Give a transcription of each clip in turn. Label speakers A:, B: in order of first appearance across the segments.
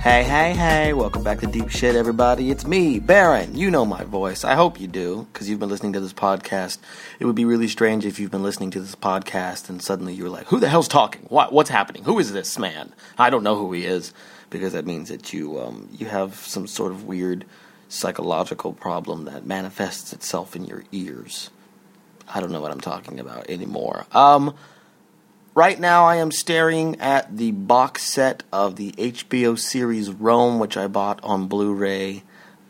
A: Hey, hey, hey, welcome back to Deep Shit, everybody. It's me, Baron. You know my voice. I hope you do, because you've been listening to this podcast. It would be really strange if you've been listening to this podcast and suddenly you were like, who the hell's talking? What, what's happening? Who is this man? I don't know who he is, because that means that you, um, you have some sort of weird psychological problem that manifests itself in your ears. I don't know what I'm talking about anymore. Um, Right now, I am staring at the box set of the HBO series Rome, which I bought on Blu ray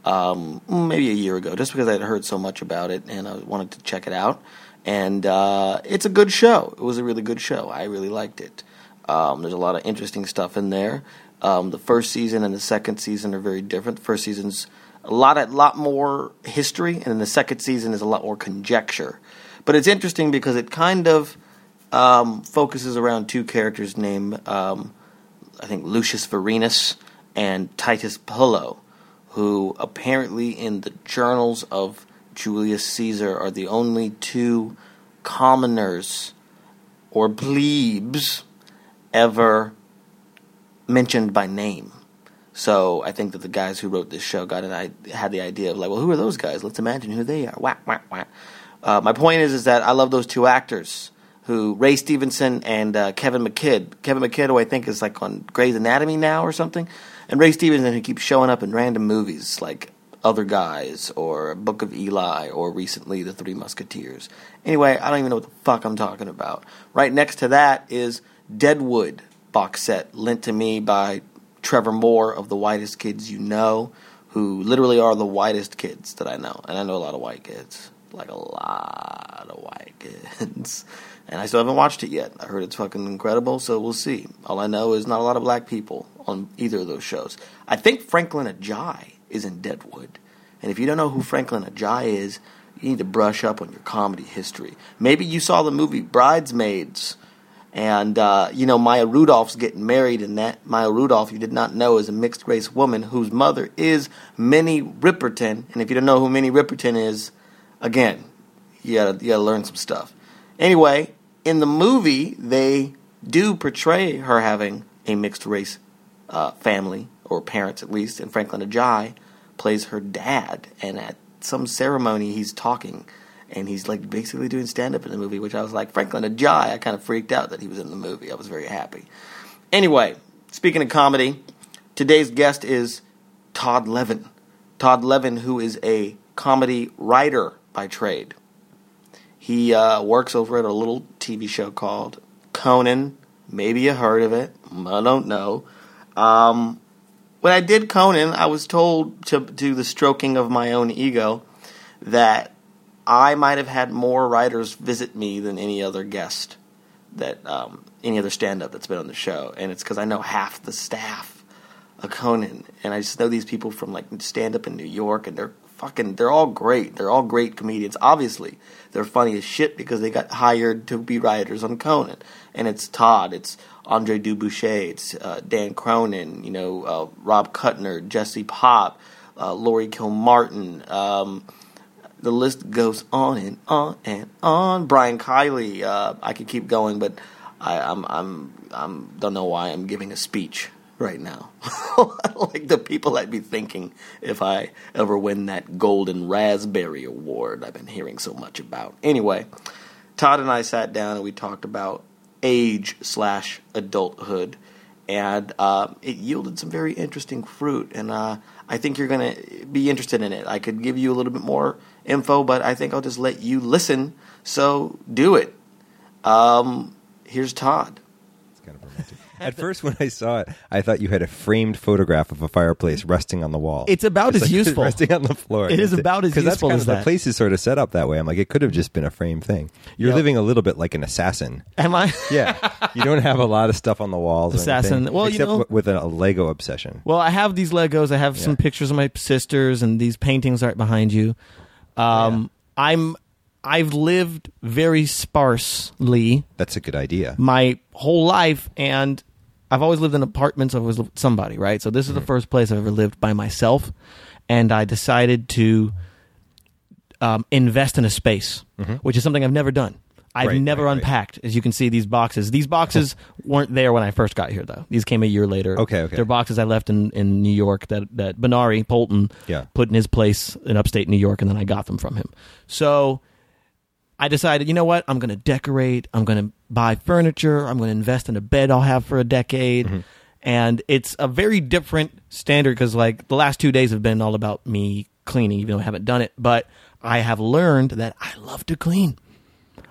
A: um, maybe a year ago, just because I'd heard so much about it and I wanted to check it out. And uh, it's a good show. It was a really good show. I really liked it. Um, there's a lot of interesting stuff in there. Um, the first season and the second season are very different. The first season's a lot, a lot more history, and then the second season is a lot more conjecture. But it's interesting because it kind of um, focuses around two characters named, um, I think, Lucius Varinus and Titus Pullo, who apparently in the journals of Julius Caesar are the only two commoners or plebes ever mentioned by name. So I think that the guys who wrote this show got an I had the idea of like, well, who are those guys? Let's imagine who they are. Whack whack whack. Uh, my point is, is that I love those two actors who Ray Stevenson and uh, Kevin McKidd. Kevin McKidd, who I think is like on Grey's Anatomy now or something, and Ray Stevenson who keeps showing up in random movies like Other Guys or Book of Eli or recently The Three Musketeers. Anyway, I don't even know what the fuck I'm talking about. Right next to that is Deadwood box set lent to me by Trevor Moore of The Whitest Kids You Know, who literally are the whitest kids that I know, and I know a lot of white kids like a lot of white kids. And I still haven't watched it yet. I heard it's fucking incredible, so we'll see. All I know is not a lot of black people on either of those shows. I think Franklin Ajay is in Deadwood. And if you don't know who Franklin Ajay is, you need to brush up on your comedy history. Maybe you saw the movie Bridesmaids, and uh, you know Maya Rudolph's getting married, and that Maya Rudolph, you did not know, is a mixed race woman whose mother is Minnie Riperton. And if you don't know who Minnie Riperton is, again, you gotta, you gotta learn some stuff. Anyway, in the movie, they do portray her having a mixed race uh, family, or parents at least, and Franklin Ajay plays her dad. And at some ceremony, he's talking, and he's like basically doing stand up in the movie, which I was like, Franklin Ajay, I kind of freaked out that he was in the movie. I was very happy. Anyway, speaking of comedy, today's guest is Todd Levin. Todd Levin, who is a comedy writer by trade. He uh, works over at a little TV show called Conan. Maybe you heard of it. I don't know. Um, when I did Conan, I was told to do the stroking of my own ego that I might have had more writers visit me than any other guest that um, any other stand-up that's been on the show, and it's because I know half the staff of Conan, and I just know these people from like stand-up in New York, and they're fucking they're all great. They're all great comedians. Obviously, they're funny as shit because they got hired to be writers on Conan. And it's Todd, it's Andre Dubuchet, it's uh, Dan Cronin, you know, uh, Rob Kuttner, Jesse Pop, uh, Lori Kilmartin. Um, the list goes on and on and on. Brian Kiley, uh, I could keep going, but I, I'm I'm I'm don't know why I'm giving a speech right now. like the people I'd be thinking if I ever win that Golden Raspberry Award I've been hearing so much about. Anyway, Todd and I sat down and we talked about age slash adulthood, and uh, it yielded some very interesting fruit. And uh, I think you're going to be interested in it. I could give you a little bit more info, but I think I'll just let you listen. So do it. Um, here's Todd.
B: It's kind of romantic. At first, when I saw it, I thought you had a framed photograph of a fireplace resting on the wall.
C: It's about as useful.
B: resting on the floor.
C: It is about as
B: because that's
C: useful
B: kind
C: as
B: of
C: that.
B: the place is sort of set up that way. I'm like, it could have just been a framed thing. You're
C: Yep.
B: living a little bit like an assassin.
C: Am I?
B: Yeah, you don't have a lot of stuff on the walls. or
C: Assassin.
B: anything,
C: Well, you
B: except
C: know-
B: w- with a, a Lego obsession.
C: Well, I have these Legos. I have some pictures of my sisters and these paintings right behind you.
A: Oh,
C: Um, I'm I've lived very sparsely
B: That's a good idea.
C: my whole life, and I've always lived in apartments. I was somebody, right? So this is the first place I've ever lived by myself, and I decided to um, invest in a space, which is something I've never done.
A: I've
B: Mm-hmm. Right,
A: never
B: right, right.
A: unpacked, as you can see, these boxes. These boxes weren't there when I first got here, though. These came a year later.
B: Okay, okay.
A: They're boxes I left in, in New York that, that Benari Polton
B: Yeah.
A: put in his place in upstate New York, and then I got them from him. So I decided, you know what? I'm going to decorate. I'm going to buy furniture. I'm going to invest in a bed I'll have for a decade.
B: Mm-hmm.
A: And it's a very different standard because, like, the last two days have been all about me cleaning, even though I haven't done it. But I have learned that I love to clean.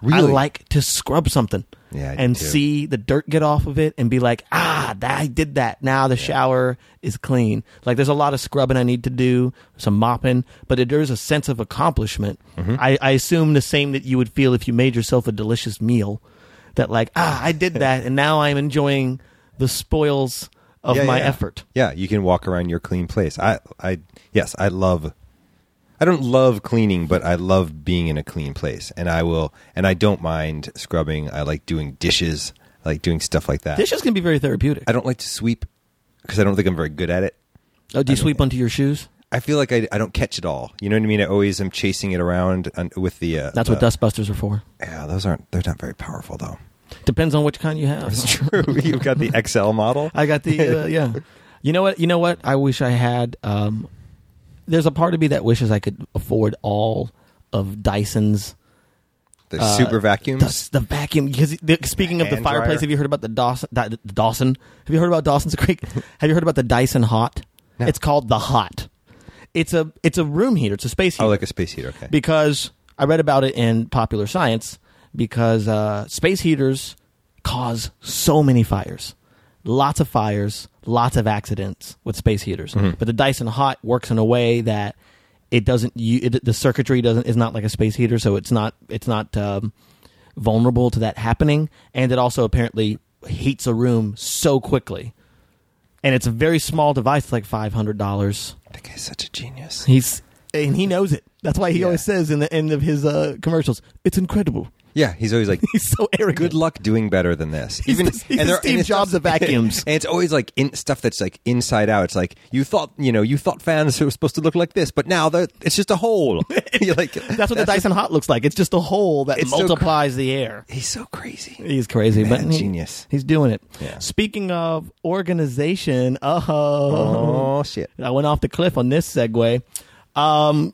B: Really?
A: I like to scrub something
B: Yeah, I do
A: and
B: too.
A: see the dirt get off of it and be like, ah, that, I did that. Now the shower is clean. Like there's a lot of scrubbing I need to do, some mopping, but it, there's a sense of accomplishment.
B: Mm-hmm.
A: I, I assume the same that you would feel if you made yourself a delicious meal. That like, ah, I did that, and now I'm enjoying the spoils of
B: Yeah,
A: my
B: yeah.
A: effort.
B: Yeah, you can walk around your clean place. I, I, yes, I love. I don't love cleaning, but I love being in a clean place, and I will, and I don't mind scrubbing. I like doing dishes, I like doing stuff like that.
A: Dishes can be very therapeutic.
B: I don't like to sweep because I don't think I'm very good at it.
A: oh, do you sweep onto your shoes?
B: I feel like I, I don't catch it all. You know what I mean? I always am chasing it around and- with the. Uh,
A: That's
B: the,
A: what dustbusters are for.
B: Yeah, those aren't. They're not very powerful though.
A: Depends on which kind you have.
B: True. You've got the XL model.
A: I got the uh, yeah. You know what? You know what? I wish I had. Um, there's a part of me that wishes I could afford all of Dyson's
B: The
A: uh,
B: super vacuums.
A: the, the vacuum. Because the, speaking of the
B: hand
A: fireplace,
B: dryer.
A: have you heard about the Dawson? Di- the Dawson? Have you heard about Dawson's Creek? have you heard about the Dyson Hot?
B: No.
A: It's called the Hot. It's a it's a room heater. It's a space heater
B: oh, like a space heater. Okay.
A: because I read about it in Popular Science because uh, space heaters cause so many fires. Lots of fires, lots of accidents with space heaters. But the Dyson Hot works in a way that it doesn't you, it, the circuitry doesn't is not like a space heater, so it's not it's not um, vulnerable to that happening and it also apparently heats a room so quickly. And it's a very small device, like $500.
B: that guy's such a genius.
A: He's and he knows it. That's why he
B: Yeah.
A: always says in the end of his uh, commercials, "It's incredible."
B: Yeah, he's always like,
A: He's so arrogant.
B: good luck doing better than this.
A: He's the- he's the
B: there-
A: Steve
B: it's
A: Jobs of vacuums.
B: and it's always like in, stuff that's like inside out. It's like you thought, you know, you thought fans were supposed to look like this, but now they're- it's just a hole. You're like,
A: That's what the Dyson Hot looks like. It's just a hole that
B: It's so
A: multiplies the air.
B: he's so crazy.
A: He's crazy,
B: Man,
A: but he-
B: genius.
A: He's doing it.
B: Yeah.
A: Speaking of organization, oh,
B: Oh shit!
A: I went off the cliff on this segue. Um,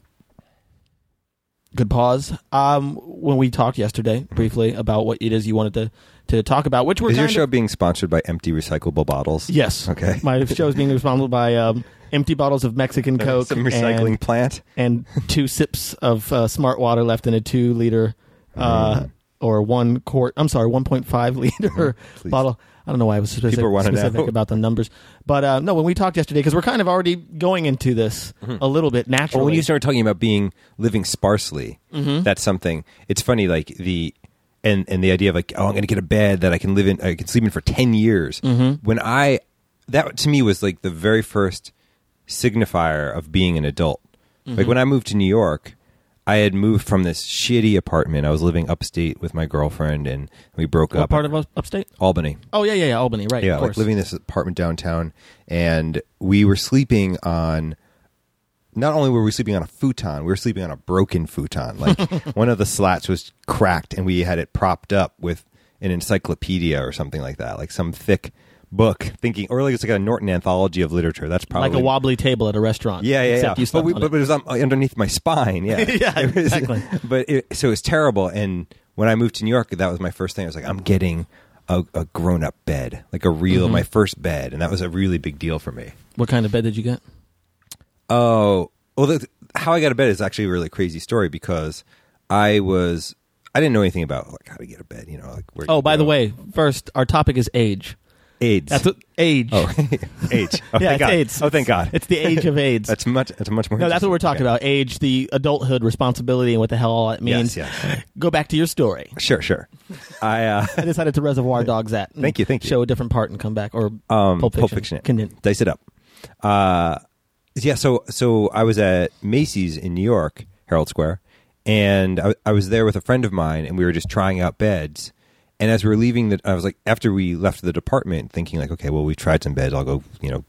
A: good pause. Um, when we talked yesterday briefly about what it is you wanted to to talk about, which we're
B: Is your
A: kind
B: show
A: of-
B: being sponsored by empty recyclable bottles?
A: Yes.
B: Okay.
A: My show is being responsible by um, empty bottles of Mexican Coke
B: Some recycling
A: and,
B: plant.
A: and two sips of uh, smart water left in a two liter uh,
B: Mm.
A: or one quart. I'm sorry, 1.5 liter
B: Please.
A: bottle. I don't know why I was specific,
B: People wanna know.
A: specific about the numbers, but uh, no. When we talked yesterday, because we're kind of already going into this
B: Mm-hmm.
A: a little bit naturally.
B: Well, when you started talking about being living sparsely,
A: Mm-hmm.
B: that's something. It's funny, like the and and the idea of like, oh, I'm going to get a bed that I can live in, I can sleep in for ten years.
A: Mm-hmm.
B: When I that to me was like the very first signifier of being an adult.
A: Mm-hmm.
B: Like when I moved to New York, I had moved from this shitty apartment. I was living upstate with my girlfriend, and we broke
A: what
B: up.
A: part of up- upstate?
B: Albany?
A: Oh yeah, yeah, yeah, Albany, right?
B: Yeah,
A: of
B: like
A: course.
B: living in this apartment downtown, and we were sleeping on. Not only were we sleeping on a futon, we were sleeping on a broken futon. Like one of the slats was cracked, and we had it propped up with an encyclopedia or something like that, like some thick book. Thinking, or like it's like a Norton anthology of literature. That's probably
A: like a wobbly table at a restaurant.
B: yeah, yeah,
A: except
B: yeah.
A: You
B: but,
A: slept
B: we,
A: on
B: but,
A: it.
B: but it was on, uh, underneath my spine. Yeah,
A: Yeah,
B: It was-
A: exactly.
B: But it, so it was terrible. And when I moved to New York, that was my first thing. I was like, I'm getting a, a grown up bed, like a real
A: Mm-hmm.
B: my first bed, and that was a really big deal for me.
A: what kind of bed did you get?
B: Oh, well, the, how I got a bed is actually a really crazy story because I was I didn't know anything about like how to get a bed. You know, like where
A: Oh,
B: you
A: by the
B: go.
A: way, first our topic is age.
B: AIDS.
A: That's what, age.
B: oh, AIDS.
A: yeah,
B: Oh, thank
A: it's
B: God.
A: AIDS.
B: Oh, thank God.
A: It's the age of AIDS.
B: that's much. That's much more.
A: no, that's what we're talking
B: interesting.
A: about. Age, the adulthood responsibility, and what the hell all that means.
B: Yes, yes.
A: Go back to your story.
B: Okay. Sure, sure. I uh,
A: I decided to reservoir dogs that. and
B: Thank you, thank you.
A: Show a different part and come back, or
B: um,
A: Pulp Fiction. Conden-
B: Dice it up. Uh, yeah. So so I was at Macy's in New York, Herald Square, and I, I was there with a friend of mine, and we were just trying out beds. And as we were leaving, the, I was like, after we left the department, thinking like, okay, well, we tried some beds. I'll go, you know,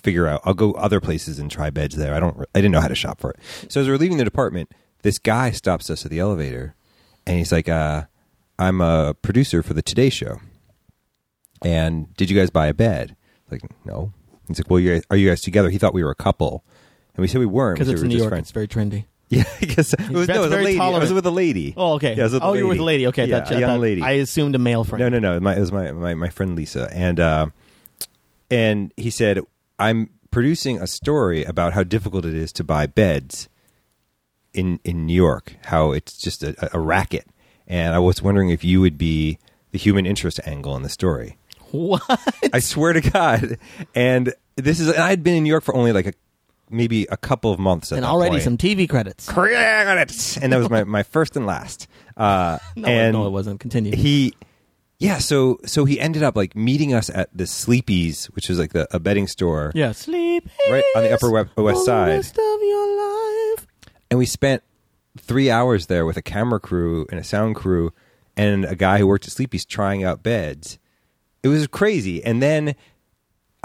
B: figure out. I'll go other places and try beds there. I don't. I didn't know how to shop for it. So as we were leaving the department, this guy stops us at the elevator, and he's like, uh, I'm a producer for the Today Show. And did you guys buy a bed? Like, no. He's like, well, you're, are you guys together? He thought we were a couple. And we said we weren't.
A: because
B: we
A: it's
B: said
A: in
B: we
A: New York.
B: were just friends.
A: It's very trendy.
B: Yeah, I guess. It was, no,
A: That's
B: it was a
A: very
B: lady. I was
A: tolerant.
B: with a lady.
A: Oh, okay.
B: Yeah, I was with
A: oh,
B: a lady.
A: you were with a lady. Okay,
B: yeah,
A: that's
B: a young lady.
A: I assumed a male friend.
B: No, no, no. My, it was my, my, my friend Lisa. And, uh, and he said, I'm producing a story about how difficult it is to buy beds in, in New York, how it's just a, a racket. And I was wondering if you would be the human interest angle in the story.
A: What?
B: I swear to God. And this is, and I had been in New York for only like a, maybe a couple of months. At
A: And
B: that
A: already
B: point.
A: some TV credits.
B: credits. And that was my, my first and last. Uh,
A: No,
B: and
A: no, it wasn't. Continue.
B: he yeah so so he ended up like meeting us at the sleepies which was like the a bedding store
A: yeah, sleep
B: Right, on the
A: is
B: Upper Web- West
A: for the
B: Side.
A: rest of your life.
B: and we spent three hours there with a camera crew and a sound crew and a guy who worked at sleepies trying out beds it was crazy and then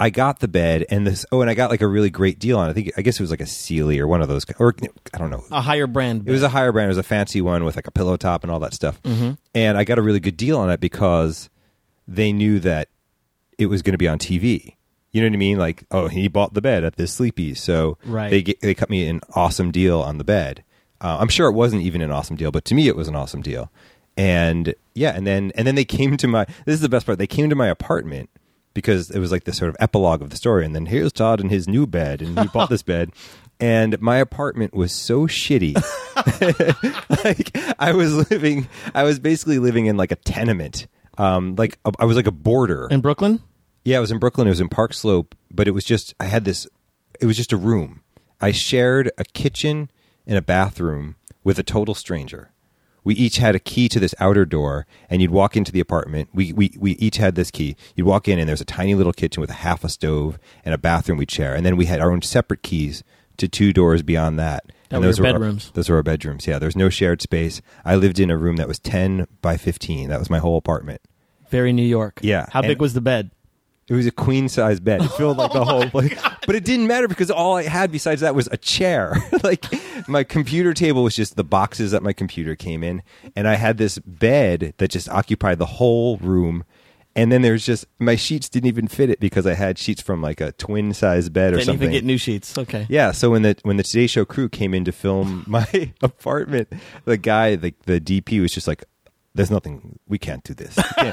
B: i got the bed and this oh and i got like a really great deal on it. i think i guess it was like a sealy or one of those or i don't know
A: A higher brand.
B: It was a higher brand. It was a fancy one with like a pillow top and all that stuff. And I got a really good deal on it because they knew that it was going to be on TV. You know what I mean? Like, oh, he bought the bed at this sleepy, so
A: Right.
B: they get, they cut me an awesome deal on the bed. Uh, I'm sure it wasn't even an awesome deal, but to me, it was an awesome deal. And yeah, and then and then they came to my. This is the best part. They came to my apartment because it was like the sort of epilogue of the story. And then here's Todd and his new bed, and he bought this bed. And my apartment was so shitty like I was living, I was basically living in like a tenement. Um, like a- I was like a border.
A: in Brooklyn.
B: Yeah, it was in Brooklyn. It was in Park Slope, but it was just I had this. It was just a room. I shared a kitchen and a bathroom with a total stranger. We each had a key to this outer door, and you'd walk into the apartment. We we we each had this key. You'd walk in, and there's a tiny little kitchen with a half a stove and a bathroom we'd share, and then we had our own separate keys to two doors beyond that. and
A: were your
B: our-
A: bedrooms.
B: those were our bedrooms. Yeah, there's no shared space. I lived in a room that was ten by fifteen. That was my whole apartment.
A: Very New York.
B: Yeah,
A: How big
B: and-
A: was the bed?
B: It was a queen size bed. It filled
A: Oh
B: like the whole place. But it didn't matter because all I had besides that was a chair. like my computer table was just the boxes that my computer came in. And I had this bed that just occupied the whole room. And then there's just my sheets didn't even fit it because I had sheets from like a twin size bed or
A: Didn't
B: something.
A: even get new sheets. Okay.
B: Yeah, so when the when the Today Show crew came in to film my apartment, the guy, the the DP was just like, "There's nothing. We can't do this." We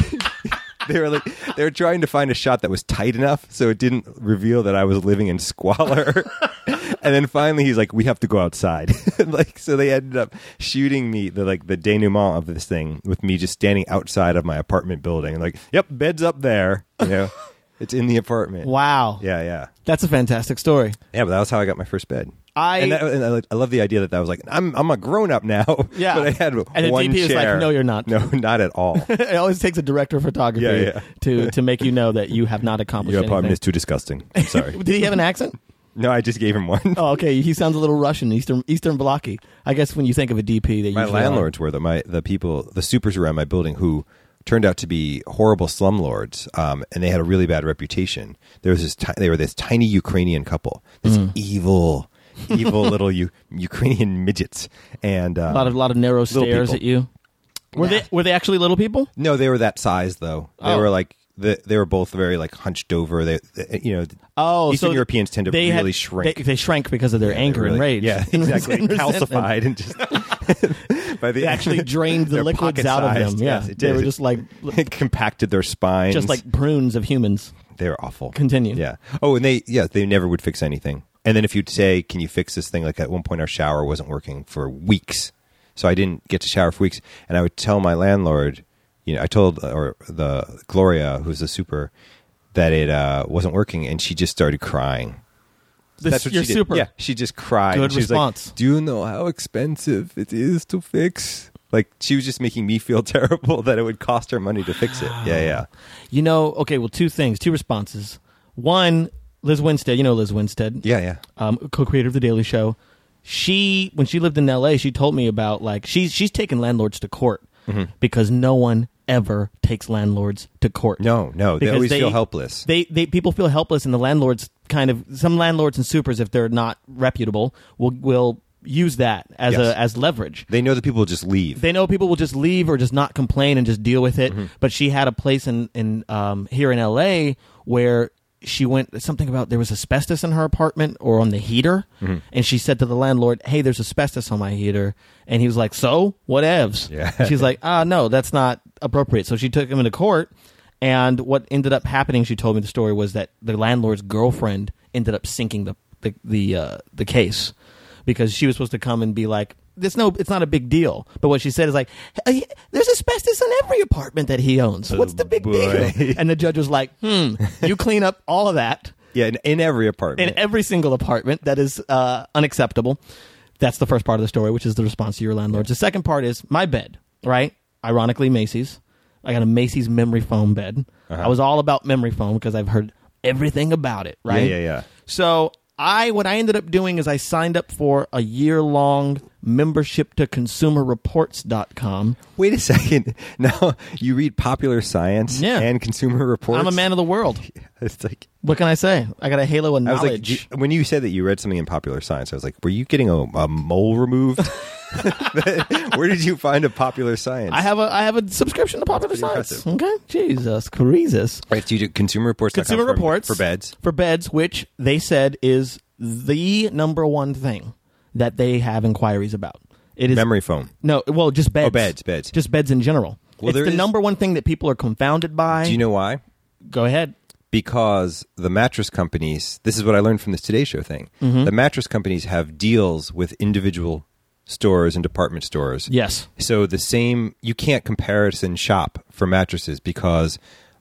B: can't." they were like, they were trying to find a shot that was tight enough so it didn't reveal that I was living in squalor. and then finally, he's like, "We have to go outside." like, so they ended up shooting me the like the denouement of this thing with me just standing outside of my apartment building, and like, "Yep, bed's up there." You know, it's in the apartment.
A: Wow.
B: Yeah, yeah.
A: That's a fantastic story.
B: Yeah, but that was how I got my first bed.
A: I-
B: and, that, and I, I love the idea that that was like I'm I'm a grown up now.
A: Yeah.
B: but I had
A: And the
B: one
A: DP is like,
B: chair.
A: "No, you're not."
B: No, not at all.
A: it always takes a director of photography
B: Yeah, yeah.
A: to to make you know that you have not accomplished
B: Your apartment is
A: anything.
B: too disgusting. I'm sorry.
A: Did he have an accent?
B: no, I just gave him one.
A: Oh, okay. He sounds a little Russian, Eastern Eastern Blocky. I guess when you think of a DP, they
B: my
A: usually
B: landlords were the my the people the supers around my building who turned out to be horrible slumlords um, and they had a really bad reputation there was this ti- they were this tiny ukrainian couple this
A: Mm.
B: evil evil little U- ukrainian midgets and um,
A: are. a lot of lot of narrow stares
B: people.
A: at you. Were they were they actually little people?
B: No, they were that size though. They
A: Oh.
B: were like the, they were both very like hunched over. They, they- you know,
A: Oh,
B: Eastern
A: so
B: Europeans tend to
A: they
B: really
A: had-
B: shrink.
A: They, they shrank because of their
B: They
A: anger
B: really-
A: and rage.
B: Yeah,
A: And
B: exactly.
A: resentment.
B: Calcified and just by the
A: They actually drained the
B: They're
A: liquids out of them.
B: pocket-sized.
A: Yeah,
B: Yes, it
A: they
B: did.
A: were just like
B: it compacted their spines.
A: just like prunes of humans.
B: they were awful.
A: Continue.
B: Yeah. Oh, and they yeah they never would fix anything. And then if you'd say, "Can you fix this thing?" Like at one point, our shower wasn't working for weeks, so I didn't get to shower for weeks. And I would tell my landlord, you know, I told uh, or the Gloria, who's the super, that it uh, wasn't working, and she just started crying.
A: This,
B: That's what
A: you're
B: she did.
A: super.
B: Yeah, she just cried.
A: Good
B: and she was
A: response.
B: Like, Do you know how expensive it is to fix? Like she was just making me feel terrible that it would cost her money to fix it. Yeah, yeah.
A: You know, okay, well, two things, two responses. One, Liz Winstead, you know Liz Winstead,
B: Yeah, yeah.
A: um, co-creator of the Daily Show. She, when she lived in L.A., she told me about like she's she's taken landlords to court
B: Mm-hmm.
A: because no one ever takes landlords to court.
B: No, no, they
A: Because
B: always feel helpless.
A: They they people feel helpless, and the landlords kind of some landlords and supers, if they're not reputable, will will use that as
B: Yes.
A: a as leverage.
B: They know that people just leave.
A: They know people will just leave or just not complain and just deal with it. But she had a place in in um, here in L.A. where she went something about there was asbestos in her apartment or on the heater, and she said to the landlord, "Hey, there's asbestos on my heater," and he was like, "So whatevs."
B: Yeah.
A: She's like, "Ah, no, that's not appropriate." So she took him into court, and what ended up happening, she told me the story was that the landlord's girlfriend ended up sinking the the the, uh, the case because she was supposed to come and be like, "It's no, it's not a big deal." But what she said is like, "Hey, "There's asbestos in every apartment that he owns. What's the big
B: boy.
A: deal?" And the judge was like, "Hmm, you clean up all of that."
B: yeah, in, in every
A: in
B: apartment.
A: every single apartment. That is uh, unacceptable. That's the first part of the story, which is the response to your landlords. The second part is my bed, right? Ironically, Macy's. I got a Macy's memory foam bed.
B: Uh-huh.
A: I was all about memory foam because I've heard everything about it, right?
B: Yeah, yeah, yeah.
A: So I what I ended up doing is I signed up for a year long membership to consumerreports.com.
B: Wait a second. Now you read Popular Science
A: Yeah.
B: and Consumer Reports.
A: I'm a man of the world.
B: It's like
A: What can I say? I got a halo of
B: I was
A: knowledge.
B: like do you- when you said that you read something in Popular Science, I was like, were you getting a, a mole removed? Where did you find a Popular Science?
A: I have a I have a subscription to Popular
B: pretty
A: Science. Okay, Jesus, Jesus.
B: Right, so you do Consumer Reports.
A: Consumer
B: for,
A: Reports
B: for beds.
A: for beds, which they said is the number one thing that they have inquiries about. It is
B: Memory foam.
A: No, well, just beds.
B: Oh, beds, beds.
A: Just beds in general.
B: Well,
A: it's
B: there
A: the
B: is-
A: number one thing that people are confounded by.
B: Do you know why?
A: Go ahead.
B: because the mattress companies this is what i learned from this today show thing the mattress companies have deals with individual stores and department stores
A: Yes.
B: so the same you can't comparison shop for mattresses because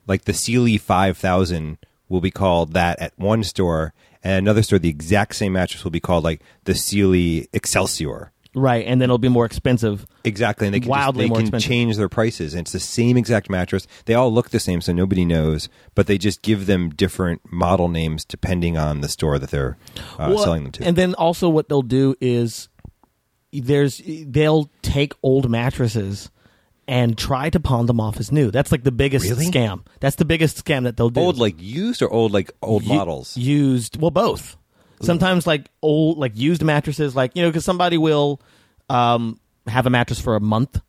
B: like the sealy 5000 will be called that at one store and another store the exact same mattress will be called like the sealy excelsior
A: Right, and then it'll be more expensive.
B: Exactly, and they can, just-
A: Wildly
B: they
A: more
B: can
A: expensive.
B: change their prices, and it's the same exact mattress. They all look the same, so nobody knows, but they just give them different model names depending on the store that they're uh,
A: Well,
B: selling them to.
A: And then also what they'll do is there's they'll take old mattresses and try to pawn them off as new. That's like the biggest
B: Really?
A: scam. That's the biggest scam that they'll do.
B: old like used or old like old
A: u-
B: models.
A: used well both sometimes like old like used mattresses like you know because somebody will um, have a mattress for a month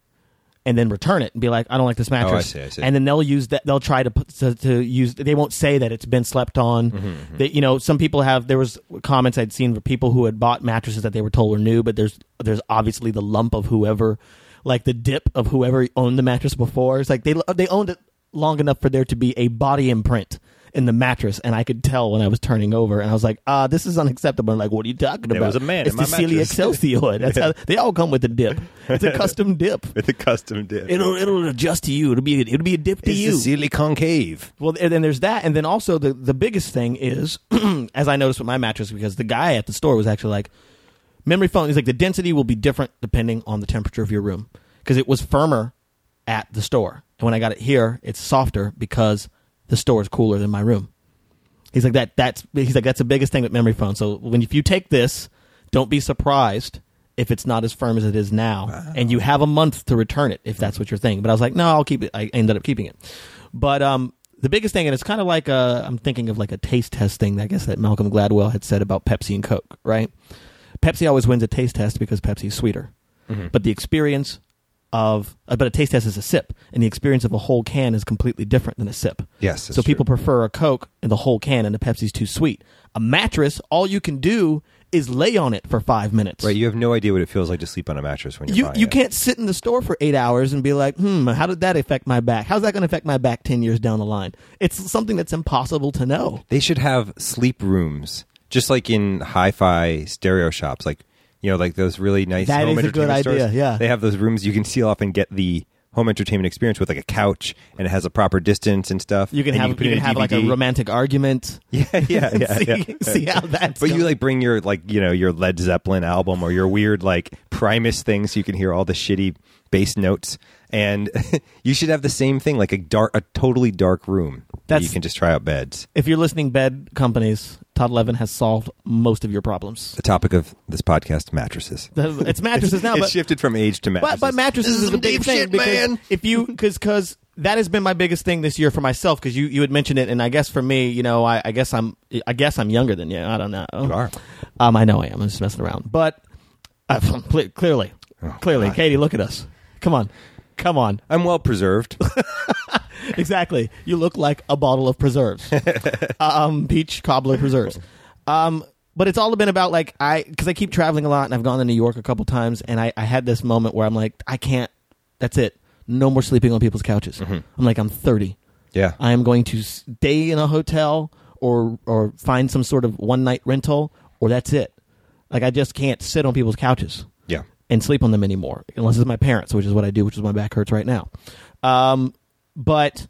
A: and then return it and be like i don't like this mattress
B: see, Oh, I see.
A: and then they'll use that they'll try to put to, to use they won't say that it's been slept on
B: Mm-hmm,
A: They- you know some people have there was comments i'd seen for people who had bought mattresses that they were told were new but there's there's obviously the lump of whoever like the dip of whoever owned the mattress before it's like they they owned it long enough for there to be a body imprint in the mattress, and I could tell when I was turning over, and I was like, "Ah, this is unacceptable." And like, what are you talking about?
B: was a man in
A: It's
B: my
A: the Sealy
B: mattress."
A: Excelsior. That's how they all come with a dip. It's a custom dip.
B: With a custom dip.
A: It'll it'll adjust to you. It'll be it'll be a dip to
B: it's
A: you.
B: the Sealy concave.
A: Well, and then there's that, and then also the the biggest thing is, as I noticed with my mattress, because the guy at the store was actually like, memory foam. He's like, the density will be different depending on the temperature of your room, because it was firmer at the store, and when I got it here, it's softer because the store is cooler than my room. He's like that. That's he's like that's the biggest thing with memory foam. So when if you take this, don't be surprised if it's not as firm as it is now, and you have a month to return it if that's what you're thinking. But I was like, no, I'll keep it. I ended up keeping it. But um, the biggest thing, and it's kind of like a, I'm thinking of like a taste test thing. I guess that Malcolm Gladwell had said about Pepsi and Coke, right? Pepsi always wins a taste test because Pepsi's sweeter,
B: Mm-hmm.
A: but the experience of uh, but a taste test is a sip, and the experience of a whole can is completely different than a sip.
B: Yes, that's
A: so people
B: true.
A: prefer a Coke and the whole can, and the Pepsi's too sweet. A mattress, all you can do is lay on it for five minutes.
B: Right, you have no idea what it feels like to sleep on a mattress when you're
A: You
B: buying
A: you
B: it.
A: can't sit in the store for eight hours and be like, hmm, how did that affect my back? How's that going to affect my back ten years down the line? It's something that's impossible to know.
B: They should have sleep rooms, just like in hi-fi stereo shops, like you know, like those really nice
A: That
B: home
A: is a good
B: entertainment stores.
A: idea, yeah.
B: they have those rooms you can seal off and get the home entertainment experience with like a couch and it has a proper distance and stuff.
A: You can
B: and
A: have
B: put
A: you
B: in
A: can have like a
B: DVD.
A: romantic argument.
B: yeah, yeah, yeah,
A: see,
B: yeah.
A: see how that's.
B: But
A: going.
B: you like bring your like you know your Led Zeppelin album or your weird like Primus thing, so you can hear all the shitty bass notes. And you should have the same thing, like a dark, a totally dark room. that
A: That's-
B: you can just try out beds.
A: If you're listening, bed companies, Todd Levin has solved most of your problems.
B: The topic of this podcast: mattresses.
A: It's mattresses now,
B: it
A: but,
B: shifted from age to
A: but
B: mattresses.
A: but mattresses
B: This
A: is, a
B: some
A: big
B: deep
A: thing
B: shit,
A: because
B: man.
A: if you because because that has been my biggest thing this year for myself because you you had mentioned it and I guess for me you know I, I guess I'm I guess I'm younger than you I don't know
B: You are.
A: um I know I am I'm just messing around but Uh, cle- clearly,
B: Oh,
A: clearly, Katie, look at us. Come on, come on.
B: I'm well preserved.
A: exactly. You look like a bottle of preserves, um, peach cobbler preserves. Um, but it's all been about like I because I keep traveling a lot and I've gone to New York a couple times and I, I had this moment where I'm like I can't. That's it. No more sleeping on people's couches. I'm like I'm 30.
B: yeah.
A: I am going to stay in a hotel or or find some sort of one night rental or that's it. Like I just can't sit on people's couches
B: yeah.
A: and sleep on them anymore, unless it's my parents, which is what I do, which is my back hurts right now. Um, but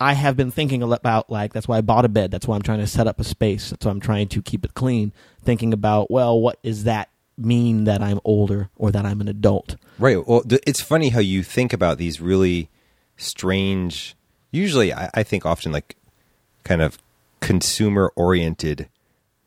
A: I have been thinking a lot about like that's why I bought a bed. That's why I'm trying to set up a space. That's why I'm trying to keep it clean. Thinking about well, what does that mean that I'm older or that I'm an adult?
B: Right. Well, th- it's funny how you think about these really strange. Usually, I, I think often like kind of consumer oriented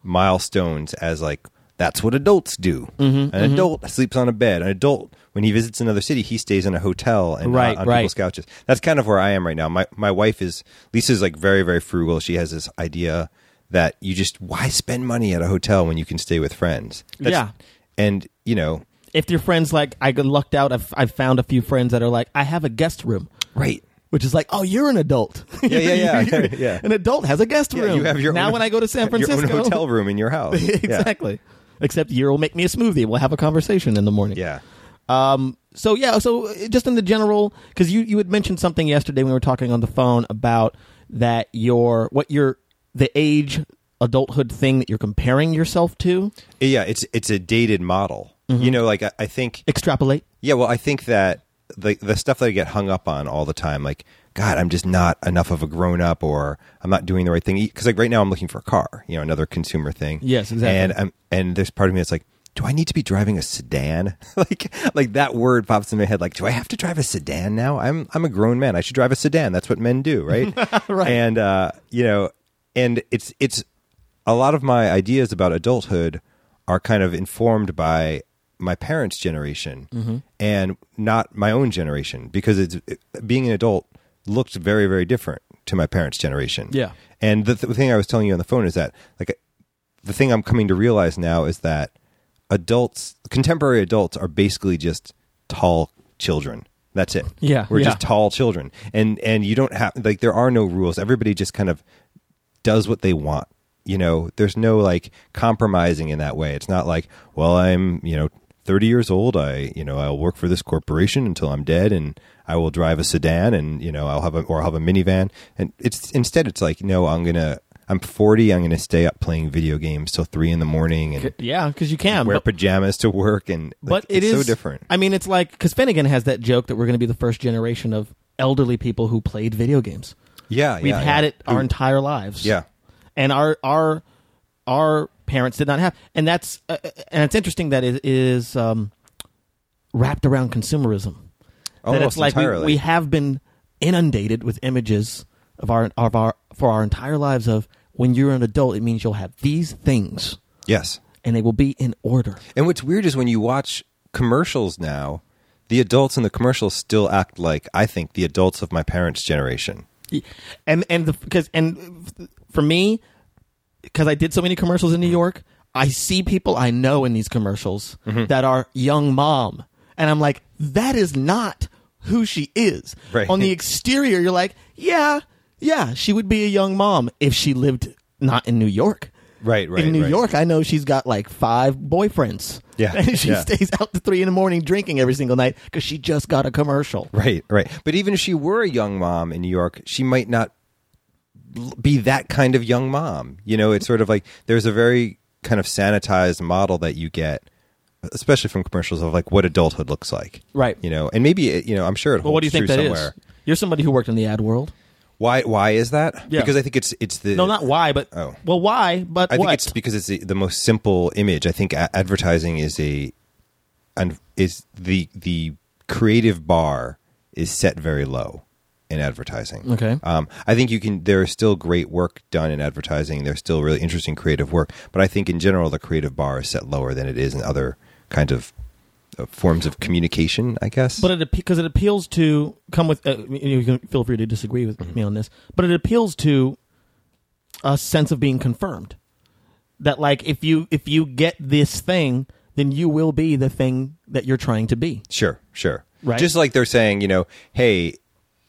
B: milestones as like that's what adults do.
A: Mm-hmm,
B: An adult sleeps on a bed. An adult when he visits another city, he stays in a hotel and not
A: Right,
B: on
A: right.
B: people's couches. That's kind of where I am right now. My my wife is Lisa's like very very frugal. She has this idea that you just why spend money at a hotel when you can stay with friends.
A: Yeah.
B: And you know,
A: If your friends like I got lucked out, I've I've found a few friends that are like I have a guest room,
B: right.
A: which is like oh you're an adult.
B: Yeah, yeah, yeah. Yeah.
A: An adult has a guest room.
B: Yeah, you have your
A: now
B: own-
A: when I go to San Francisco,
B: your own hotel room in your house. Yeah.
A: exactly. Except you will make me a smoothie. We'll have a conversation in the morning.
B: Yeah.
A: Um. So yeah. So uh, just in the general, because you you had mentioned something yesterday when we were talking on the phone about that your what your the age adulthood thing that you're comparing yourself to.
B: yeah, It's it's a dated model.
A: Mm-hmm.
B: You know, like I, I think.
A: Extrapolate.
B: Yeah, well, I think that the the stuff that I get hung up on all the time, like God, I'm just not enough of a grown up, or I'm not doing the right thing. Because like right now, I'm looking for a car. You know, another consumer thing.
A: Yes, exactly.
B: And I'm and there's part of me that's like. Do I need to be driving a sedan? like, like that word pops in my head. Like, do I have to drive a sedan now? I'm, I'm a grown man. I should drive a sedan. That's what men do, right?
A: Right.
B: And uh, you know, and it's, it's a lot of my ideas about adulthood are kind of informed by my parents' generation
A: Mm-hmm.
B: and not my own generation because it's it- being an adult looked very very different to my parents' generation.
A: Yeah.
B: And the, th- thing I was telling you on the phone is that like the thing I'm coming to realize now is that adults contemporary adults are basically just tall children. That's it.
A: Yeah,
B: We're
A: yeah.
B: just tall children. And and you don't have like there are no rules. Everybody just kind of does what they want. You know, there's no like compromising in that way. It's not like, well, I'm, you know, 30 years old. I, you know, I'll work for this corporation until I'm dead and I will drive a sedan and, you know, I'll have a, or I'll have a minivan. And it's instead, it's like, no, I'm going to, I'm 40. I'm going to stay up playing video games till three in the morning and
A: Yeah, because you can.
B: wear
A: but-
B: pajamas to work. And like,
A: but it
B: it's
A: is
B: so different.
A: I mean, it's like because Finnegan has that joke that we're going to be the first generation of elderly people who played video games.
B: yeah.
A: We've
B: yeah,
A: had
B: yeah.
A: it our entire lives.
B: Yeah.
A: and our our our parents did not have, and that's uh, uh, and it's interesting that it is um, wrapped around consumerism. that it's
B: Almost
A: like we,
B: entirely.
A: we have been inundated with images of our of our for our entire lives of when you're an adult, it means you'll have these things,
B: yes.
A: and they will be in order.
B: And what's weird is when you watch commercials now, the adults in the commercials still act like I think the adults of my parents' generation.
A: and and the because and for me because i did so many commercials in new york i see people i know in these commercials
B: Mm-hmm.
A: that are young mom and i'm like that is not who she is
B: Right.
A: on the exterior you're like yeah yeah she would be a young mom if she lived not in new york
B: Right, right,
A: in New
B: right.
A: York, I know she's got like five boyfriends.
B: Yeah,
A: and she
B: yeah.
A: stays out to three in the morning drinking every single night because she just got a commercial.
B: Right, right. But even if she were a young mom in New York, she might not l- be that kind of young mom. You know, it's sort of like there's a very kind of sanitized model that you get, especially from commercials of like what adulthood looks like.
A: Right.
B: You know, and maybe it, you know, I'm sure it holds
A: Well, what do you think
B: true
A: that
B: somewhere.
A: is? You're somebody who worked in the ad world.
B: Why? Why is that?
A: Yeah.
B: Because I think it's it's the
A: No, not why, but
B: Oh.
A: well, why? But
B: I
A: what?
B: think it's because it's the, the most simple image. I think a- advertising is a and is the the creative bar is set very low in advertising.
A: Okay.
B: Um, I think you can. There is still great work done in advertising. There's still really interesting creative work, but I think in general the creative bar is set lower than it is in other kinds of uh, forms of communication. I guess.
A: but it because it appeals to come with. Uh, you can feel free to disagree with
B: Mm-hmm.
A: me on this, but it appeals to a sense of being confirmed. That like if you if you get this thing, then you will be the thing that you're trying to be.
B: Sure, sure.
A: Right?
B: Just like they're saying, you know, hey,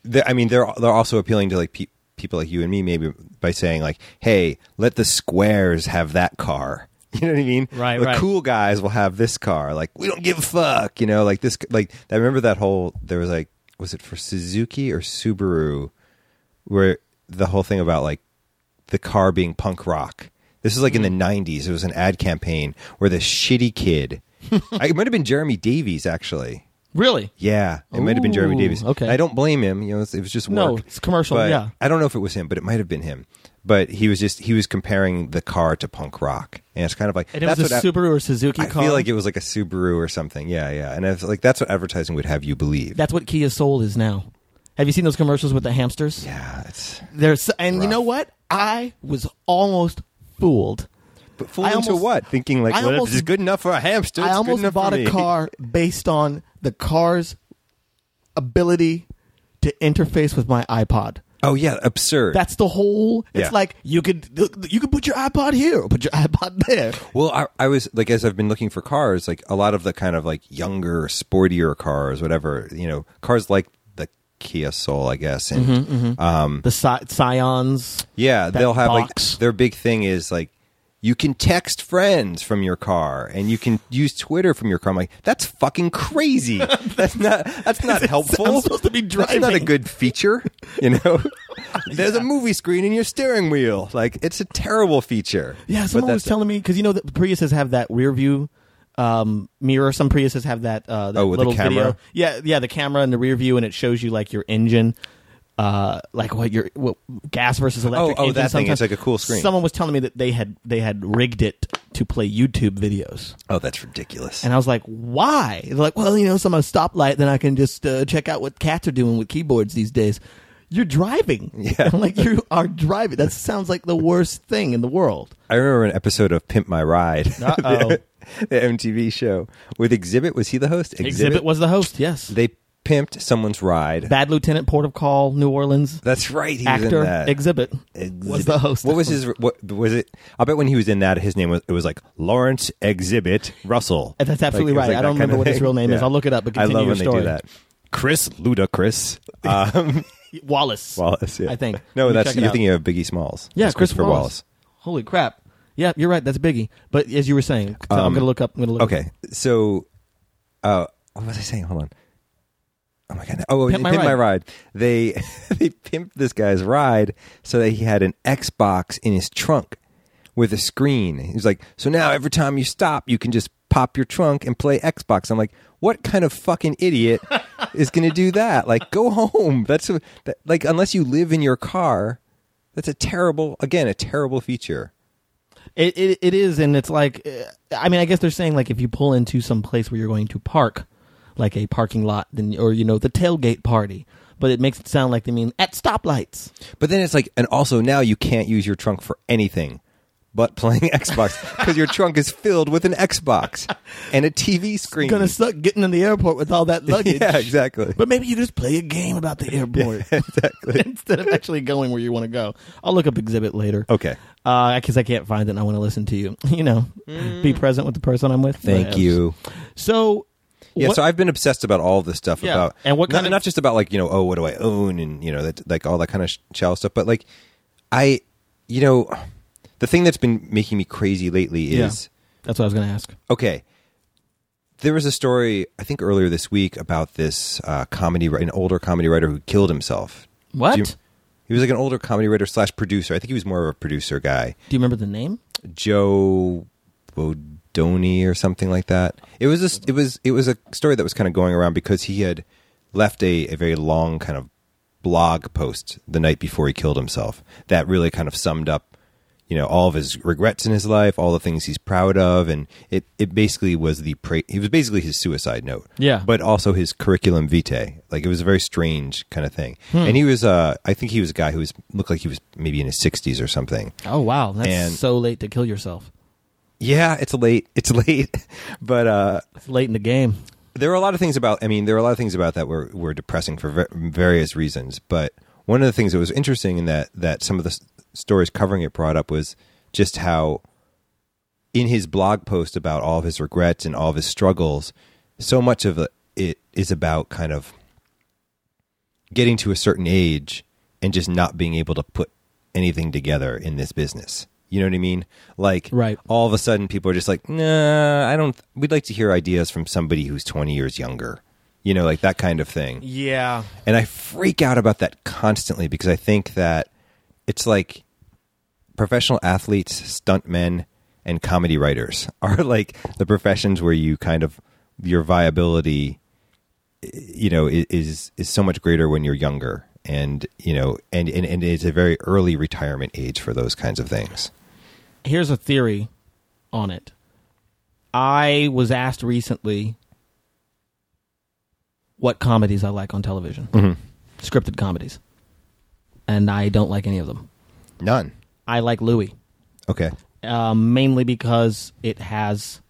B: the- I mean, they're they're also appealing to like pe- people like you and me, maybe by saying like, hey, let the squares have that car. You know what I mean?
A: Right,
B: The
A: right.
B: cool guys will have this car. Like, we don't give a fuck. You know, like this. Like, I remember that whole. There was like, was it for Suzuki or Subaru, where the whole thing about like the car being punk rock. This is like in the
A: Hmm.
B: 90s. It was an ad campaign where the shitty kid, I, it might have been Jeremy Davies actually.
A: Really?
B: Yeah, it might have been Jeremy
A: Ooh,
B: Davies.
A: okay.
B: And I don't blame him. You know, it's- it was just work.
A: No, it's commercial,
B: But
A: yeah.
B: I don't know if it was him, but it might have been him. But he was just he was comparing the car to punk rock, and it's kind of like
A: And it
B: that's
A: was a
B: what I-
A: Subaru or Suzuki
B: I,
A: car.
B: feel like it was like a Subaru or something. Yeah, yeah. And I was like that's what advertising would have you believe.
A: That's what Kia Soul is now. Have you seen those commercials with the hamsters?
B: yeah, it's
A: There's and you
B: Rough.
A: know what? I was almost fooled.
B: but fooled
A: I
B: into
A: almost-
B: what? Thinking like,
A: I
B: well,
A: almost-
B: this is good enough for a hamster. it's
A: I
B: good
A: almost
B: enough for
A: bought a
B: me.
A: car based on the car's ability to interface with my iPod.
B: Oh yeah, absurd.
A: That's the whole. It's
B: Yeah.
A: like you could you could put your iPod here, or put your iPod there.
B: Well, I, I was like, as I've been looking for cars, like a lot of the kind of like younger, sportier cars, whatever, you know, cars like the Kia Soul, I guess,
A: Mm-hmm.
B: and Hmm.
A: The Sci- Scions.
B: yeah,
A: That
B: they'll have
A: box.
B: like their big thing is like you can text friends from your car and you can use Twitter from your car. I'm like, that's fucking crazy. that's not that's not helpful.
A: I'm supposed to be
B: That's not a
A: driving.
B: good feature, you know. There's a movie screen in your steering wheel. Like, it's a terrible feature.
A: Yeah,
B: But
A: someone was
B: that's-
A: telling me because you know the Priuses have that rear view um, mirror. Some Priuses have that, uh, that
B: Oh, with the
A: little
B: camera?
A: video. Yeah, yeah, the camera in the rear view, and it shows you like your engine, uh, like what your what gas versus electric.
B: oh,
A: engine
B: that thing.
A: sometimes.
B: It's like a cool screen.
A: Someone was telling me that they had they had rigged it to play YouTube videos,
B: Oh, that's ridiculous.
A: and I was like, why? They're like, well, you know, so I'm at a stoplight, then I can just uh, check out what cats are doing with keyboards these days. You're driving.
B: Yeah.
A: I'm like you are driving. That sounds like the worst thing in the world.
B: I remember an episode of Pimp My Ride,
A: Uh-oh.
B: the, the MTV show with Exhibit. Was he the host?
A: Exhibit was the host. Yes,
B: They pimped someone's ride.
A: Bad Lieutenant, Port of Call, New Orleans
B: That's right. He was in
A: actor
B: that.
A: exhibit, was
B: Exhibit.
A: the host.
B: What was his? What was it? I bet when he was in that, his name was it was like Lawrence Exhibit Russell.
A: And that's absolutely
B: it was
A: right. I don't
B: that kind
A: remember
B: of
A: what his
B: thing.
A: real name is. I'll look it up, but continue
B: I love
A: your
B: when they
A: story.
B: do that. Chris Ludacris um,
A: Wallace?
B: Wallace. yeah.
A: I think.
B: No,
A: Let me
B: that's
A: check it
B: you're
A: out.
B: thinking of Biggie Smalls.
A: Yeah,
B: That's
A: Chris
B: Christopher
A: Wallace. Holy crap! Yeah, you're right. That's Biggie. But as you were saying, so I'm going to look up. I'm going to look.
B: Um, Okay, so uh, what was I saying? Hold on. Oh my god! Oh,
A: Pimp
B: pimp
A: My
B: my, ride. They they pimped this guy's ride so that he had an Xbox in his trunk with a screen. He's like, so now every time you stop, you can just pop your trunk and play Xbox. I'm like, what kind of fucking idiot is going to do that? Like, go home. That's a, that, like unless you live in your car. That's a terrible, again, a terrible feature.
A: It, it it is, and it's like, uh, I mean, I guess they're saying like if you pull into some place where you're going to park, like a parking lot, then or you know the tailgate party. But it makes it sound like they mean at stoplights.
B: But then it's like, and also now you can't use your trunk for anything but playing Xbox because your trunk is filled with an Xbox and a TV screen.
A: Gonna suck getting in the airport with all that luggage.
B: yeah, exactly.
A: But maybe you just play a game about the airport exactly. instead of actually going where you want to go. I'll look up exhibit later.
B: Okay.
A: Because I can't find it and I want to listen to you. You know, be present with the person I'm with.
B: Thank
A: Yes.
B: you.
A: So,
B: Yeah,
A: what-
B: so I've been obsessed about all this stuff
A: Yeah.
B: about
A: And what
B: not,
A: kind of-
B: not just about like you know oh what do I own and you know that like all that kind of sh- shallow stuff, but like I you know the thing that's been making me crazy lately
A: Yeah.
B: is
A: that's what I was going to ask.
B: Okay. There was a story I think earlier this week about this uh, comedy, wri- an older comedy writer who killed himself.
A: What?
B: Do you- he was like an older comedy writer slash producer. I think he was more of a producer guy,
A: Do you remember the name?
B: Joe Bodoni or something like that. It was a, s- it was it was a story that was kind of going around because he had left a, a very long kind of blog post the night before he killed himself that really kind of summed up you know all of his regrets in his life, all the things he's proud of, and it it basically was the pra- he was basically his suicide note.
A: Yeah.
B: but also his curriculum vitae. Like it was a very strange kind of thing. And he was uh I think he was a guy who was looked like he was maybe in his sixties or something.
A: Oh, wow. That's
B: And-
A: so late to kill yourself.
B: Yeah, it's late. It's late, but uh
A: It's late in the game.
B: there are a lot of things about. I mean, there are a lot of things about that were were depressing for ver- various reasons. But one of the things that was interesting in that that some of the s- stories covering it brought up was just how in his blog post about all of his regrets and all of his struggles, so much of it is about kind of getting to a certain age and just not being able to put anything together in this business. You know what I mean? Like,
A: Right.
B: all of a sudden, people are just like, nah, I don't. We'd like to hear ideas from somebody who's 20 years younger. You know, like that kind of thing.
A: Yeah.
B: And I freak out about that constantly because I think that it's like professional athletes, stuntmen, and comedy writers are like the professions where you kind of your viability, i- you know, i- is is so much greater when you're younger, and you know, and and, and it's a very early retirement age for those kinds of things.
A: here's a theory on it. I was asked recently what comedies I like on television, scripted comedies, and I don't like any of them.
B: None.
A: I like Louis
B: Okay.
A: um, mainly because it has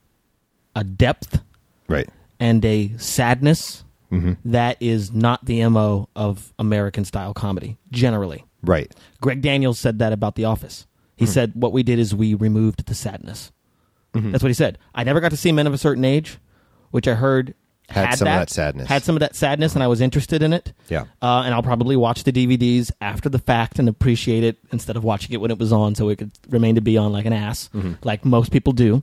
A: a depth
B: Right.
A: and a sadness that is not the mo of American style comedy generally.
B: Right.
A: Greg Daniels said that about The Office. He
B: Hmm.
A: said, What we did is we removed the sadness.
B: Mm-hmm.
A: That's what he said. I never got to see Men of a Certain Age, which I heard
B: Had
A: had,
B: some of that sadness.
A: Had some of that sadness, and I was interested in it.
B: Yeah.
A: Uh, and I'll probably watch the DVDs after the fact and appreciate it instead of watching it when it was on so it could remain to be on like an ass,
B: Mm-hmm.
A: like most people do.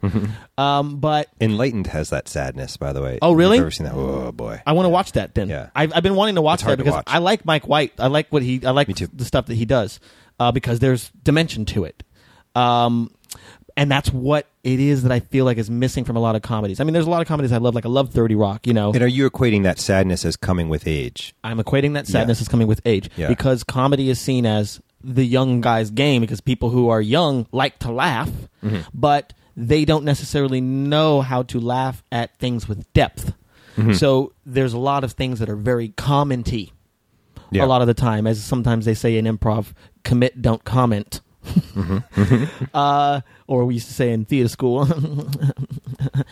A: Um, but
B: Enlightened has that sadness, by the way.
A: Oh,
B: If
A: really?
B: You've ever seen that? Oh boy.
A: I want to watch that then.
B: Yeah.
A: I've, I've been wanting to watch
B: It's hard
A: that
B: to
A: because
B: watch.
A: I like Mike White. I like what he. I like
B: Me too.
A: the stuff that he does uh, because there's dimension to it, um, and that's what it is that I feel like is missing from a lot of comedies. I mean, there's a lot of comedies I love, like I love Thirty Rock. You know,
B: And are you equating that sadness as coming with age?
A: I'm equating that sadness
B: Yeah.
A: is coming with age
B: Yeah.
A: because comedy is seen as the young guy's game because people who are young like to laugh,
B: Mm-hmm.
A: but they don't necessarily know how to laugh at things with depth.
B: Mm-hmm.
A: So there's a lot of things that are very commenty
B: Yeah.
A: a lot of the time, as sometimes they say in improv, commit, don't comment.
B: Mm-hmm.
A: uh, or we used to say in theater school.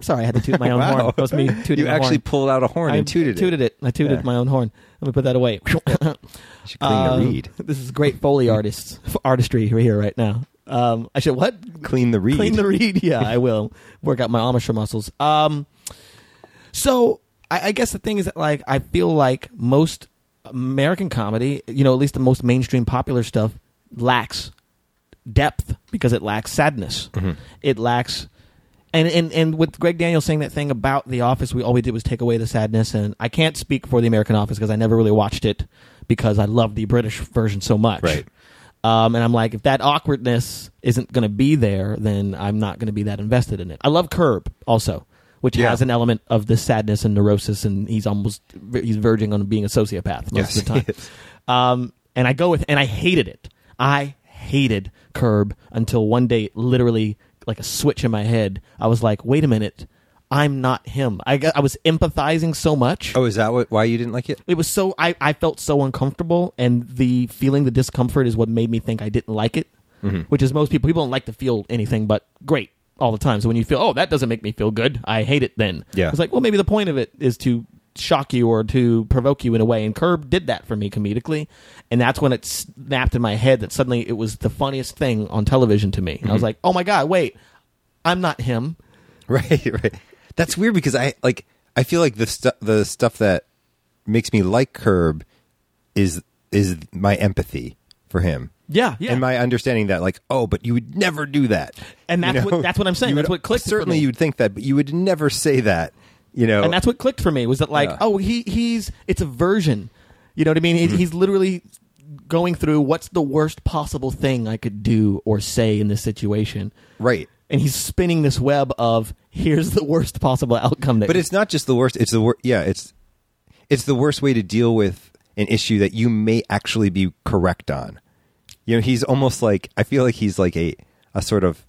A: Sorry, I had to toot my own horn. That was me tooting
B: you
A: my
B: actually
A: horn.
B: pulled out a horn
A: I
B: and tooted,
A: tooted it. I tooted
B: Yeah.
A: my own horn. Let me put that away.
B: You should clean
A: Um,
B: the reed. Mm.
A: This is great Foley artists artistry here right now. Um, I should what?
B: Clean the reed.
A: Clean the reed. Yeah, I will work out my Amish muscles. Um, so I, I guess the thing is that like I feel like most American comedy, you know, at least the most mainstream popular stuff, lacks depth because it lacks sadness.
B: Mm-hmm.
A: It lacks. And, and and with Greg Daniels saying that thing about The Office, we all we did was take away the sadness. And I can't speak for the American Office because I never really watched it because I love the British version so much.
B: Right.
A: Um, and I'm like, if that awkwardness isn't going to be there, then I'm not going to be that invested in it. I love Curb also, which
B: Yeah.
A: has an element of the sadness and neurosis, and he's almost he's verging on being a sociopath most
B: Yes,
A: of the time.
B: he is.
A: Um, and I go with, and I hated it. I hated Curb until one day, literally, like a switch in my head, I was like, wait a minute, I'm not him. I, got- I was empathizing so much.
B: Oh, is that what, why you didn't like it?
A: It was so, I, I felt so uncomfortable, and the feeling, the discomfort is what made me think I didn't like it,
B: Mm-hmm.
A: which is most people, people don't like to feel anything but great all the time. So when you feel, oh, that doesn't make me feel good, I hate it then.
B: Yeah.
A: It's like, well, maybe the point of it is to shock you or to provoke you in a way. And Curb did that for me comedically. And that's when it snapped in my head that suddenly it was the funniest thing on television to me. And I
B: Mm-hmm.
A: was like, oh my God, wait, I'm not him.
B: Right, right. That's weird because I like I feel like the stuff the stuff that makes me like Curb is is my empathy for him.
A: Yeah, yeah.
B: And my understanding that like, oh, but you would never do that.
A: And
B: You
A: that's what-
B: know?
A: that's what I'm saying.
B: You
A: That's
B: would-
A: what clicked for
B: Certainly
A: me.
B: you would think that, but you would never say that. You know.
A: and that's what clicked for me was that like
B: Oh. Yeah.
A: oh he
B: Mm-hmm.
A: he's it's a version you know what i mean He- he's literally going through what's the worst possible thing i could do or say in this situation
B: right.
A: and he's spinning this web of here's the worst possible outcome that
B: But it's not just the worst. It's the worst. Yeah, it's it's the worst way to deal with an issue that you may actually be correct on. You know, he's almost like I feel like he's like a a sort of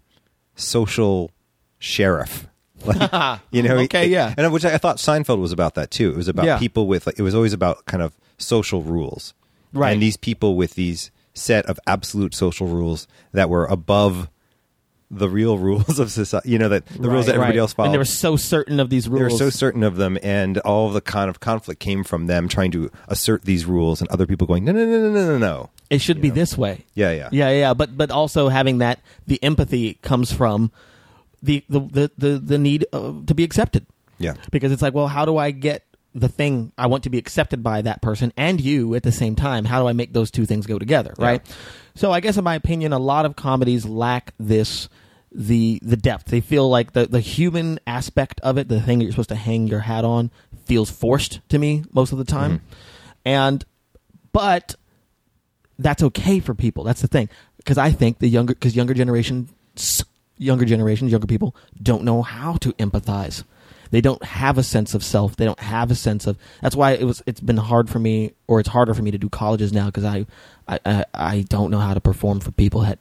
B: social sheriff. Like, you know, he-
A: Okay, yeah.
B: and which I, I thought Seinfeld was about that too. It was about
A: Yeah.
B: people with like, it was always about kind of social rules,
A: Right.
B: And these people with these set of absolute social rules that were above the real rules of society. You know that the
A: Right,
B: rules that everybody
A: right.
B: else follows.
A: And they were so certain of these rules.
B: They were so certain of them, and all of the kind of conflict came from them trying to assert these rules, and other people going, no, no, no, no, no, no, no.
A: it should be this way.
B: Yeah, yeah.
A: yeah, yeah. But but also having that the empathy comes from the the the the, the need uh, to be accepted.
B: Yeah.
A: because it's like, well, how do I get the thing I want to be accepted by that person and you at the same time? How do I make those two things go together? Right. So I guess in my opinion, a lot of comedies lack this the the depth. They feel like the the human aspect of it, the thing that you're supposed to hang your hat on, feels forced to me most of the time. And but that's okay for people. That's the thing. Because I think the younger, because younger generations, younger generations, younger people don't know how to empathize. They don't have a sense of self. They don't have a sense of. That's why it was. It's been hard for me, or it's harder for me to do colleges now because I, I, I, I don't know how to perform for people that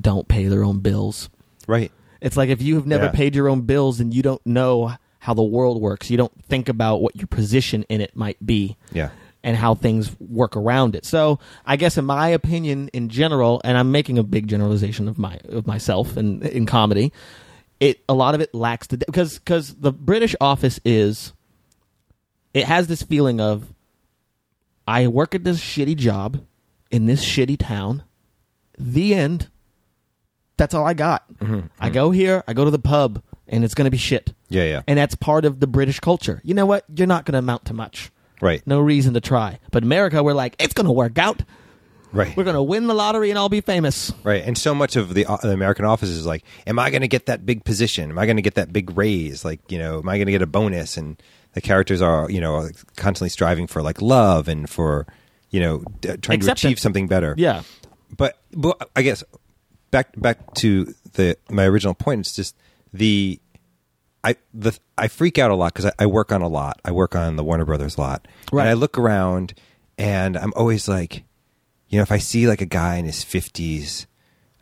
A: don't pay their own bills.
B: Right.
A: It's like if you have never
B: Yeah.
A: paid your own bills and you don't know how the world works, you don't think about what your position in it might be
B: Yeah.
A: and how things work around it. So I guess in my opinion, in general, and I'm making a big generalization of my of myself and in comedy, it a lot of it lacks the because because the British office is it has this feeling of I work at this shitty job in this shitty town. The end. That's all I got. I go here, I go to the pub, and it's going to be shit.
B: Yeah, yeah.
A: And that's part of the British culture. You know what? You're not going to amount to much
B: Right.
A: no reason to try. But America, we're like, it's going to work out.
B: Right.
A: We're going to win the lottery and I'll be famous.
B: Right. And so much of the, uh, the American office is like, am I going to get that big position? Am I going to get that big raise? Like, you know, am I going to get a bonus? And the characters are, you know, constantly striving for like love and for, you know, d- trying
A: Acceptance.
B: to achieve something better.
A: Yeah.
B: But, but I guess back back to the my original point. It's just the I the I freak out a lot because I, I work on a lot. I work on the Warner Brothers lot,
A: Right.
B: and I look around, and I'm always like, you know, if I see like a guy in his fifties,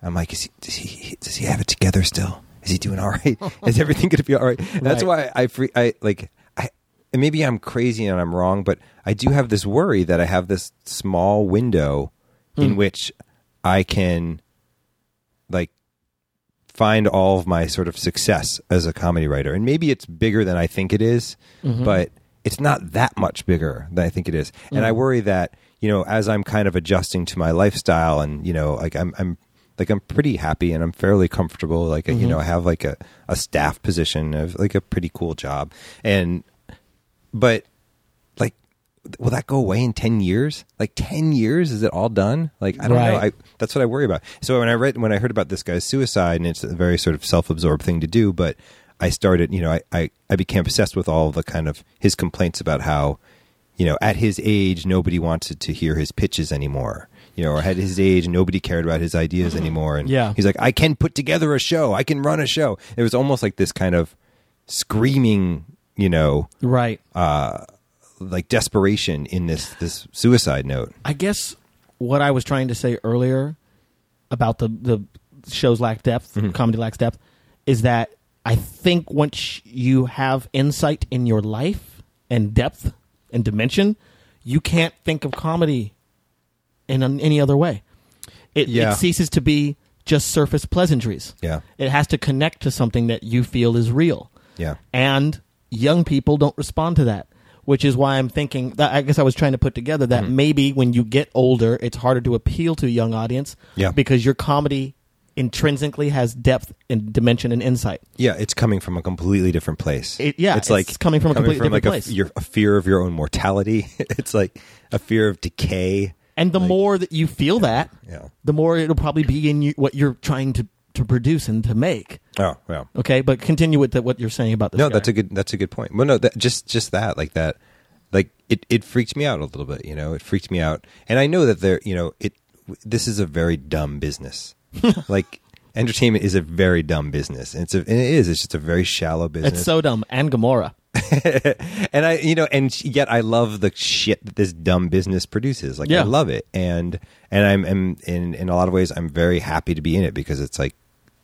B: I'm like, is he, does he does he have it together still? Is he doing all right? is everything going to be all right? And That's
A: Right.
B: why I free I like I. And maybe I'm crazy and I'm wrong, but I do have this worry that I have this small window
A: Hmm.
B: in which I can like find all of my sort of success as a comedy writer. And maybe it's bigger than I think it is, but it's not that much bigger than I think it is. And I worry that, you know, as I'm kind of adjusting to my lifestyle and, you know, like I'm I'm like I'm pretty happy and I'm fairly comfortable. Like you know, I have like a, a staff position of like a pretty cool job. And but like will that go away in 10 years like 10 years is it all done like i don't know
A: Right.
B: I, that's what i worry about so when i read when i heard about this guy's suicide and it's a very sort of self-absorbed thing to do but i started you know i i, I became obsessed with all the kind of his complaints about how you know at his age nobody wanted to hear his pitches anymore you know, or at his age, nobody cared about his ideas anymore. And
A: Yeah.
B: he's like, I can put together a show. I can run a show. It was almost like this kind of screaming, you know,
A: Right.
B: like desperation in this this suicide note.
A: I guess what I was trying to say earlier about the, the show's lack depth, comedy lacks depth, is that I think once you have insight in your life and depth and dimension, you can't think of comedy in an- any other way. It,
B: Yeah.
A: it ceases to be just surface pleasantries.
B: Yeah.
A: It has to connect to something that you feel is real.
B: Yeah.
A: And young people don't respond to that, which is why I'm thinking that I guess I was trying to put together that
B: Mm-hmm.
A: maybe when you get older, it's harder to appeal to a young audience
B: Yeah.
A: because your comedy intrinsically has depth and dimension and insight.
B: Yeah, it's coming from a completely different place.
A: It- yeah,
B: it's like
A: it's coming from a completely
B: like
A: different
B: A,
A: place.
B: your, a fear of your own mortality. it's like a fear of decay.
A: And the more that you feel that,
B: Yeah.
A: the more it'll probably be in you, what you're trying to, to produce and to make.
B: Oh, well.
A: Okay, but continue with the, what you're saying about this.
B: No,
A: guy.
B: that's a good that's a good point. Well, no, that, just just that like that, like it it freaked me out a little bit. You know, it freaked me out, and I know that there. You know, it this is a very dumb business. like entertainment is a very dumb business. And it's a, and it is. It's just a very shallow business.
A: It's Sodom and Gomorrah.
B: and I, you know, and yet I love the shit that this dumb business produces. Like
A: Yeah.
B: I love it, and and I'm, am in in a lot of ways I'm very happy to be in it because it's like,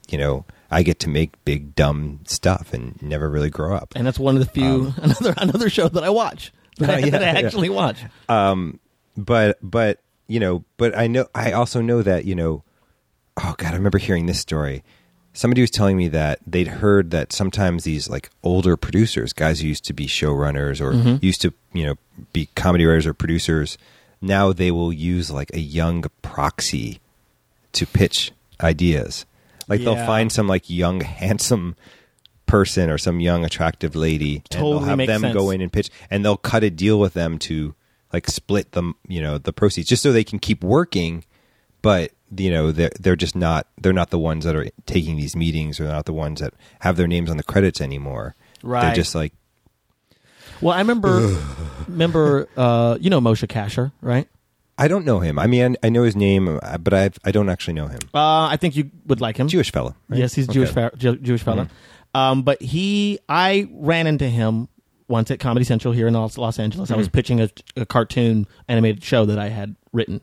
B: you know, I get to make big dumb stuff and never really grow up.
A: and that's one of the few another another show that I watch that, I,
B: Um. Yeah,
A: that I
B: yeah.
A: actually watch.
B: but but you know but i know i also know that you know oh god i remember hearing this story somebody was telling me that they'd heard that sometimes these like older producers, guys who used to be showrunners or
A: Mm-hmm.
B: used to, you know, be comedy writers or producers, now they will use like a young proxy to pitch ideas. Like they'll
A: Yeah.
B: find some like young handsome person or some young attractive lady and
A: Totally
B: they'll have
A: makes
B: them go
A: sense.
B: in and pitch and they'll cut a deal with them to like split them, you know, the proceeds just so they can keep working but you know they're they're just not they're not the ones that are taking these meetings or they're not the ones that have their names on the credits anymore. They're
A: Right.
B: just like
A: Well, I remember, remember, uh, you know Moshe Kasher, right?
B: I don't know him. I mean, I know his name, uh, but I I don't actually know him.
A: Uh, I think you would like him.
B: Jewish fella. right?
A: Yes, he's a
B: Okay.
A: Jewish fe- Jew- Jewish fella. Um, but he, I ran into him once at Comedy Central here in Los, Los Angeles. I was pitching a, a cartoon animated show that I had written,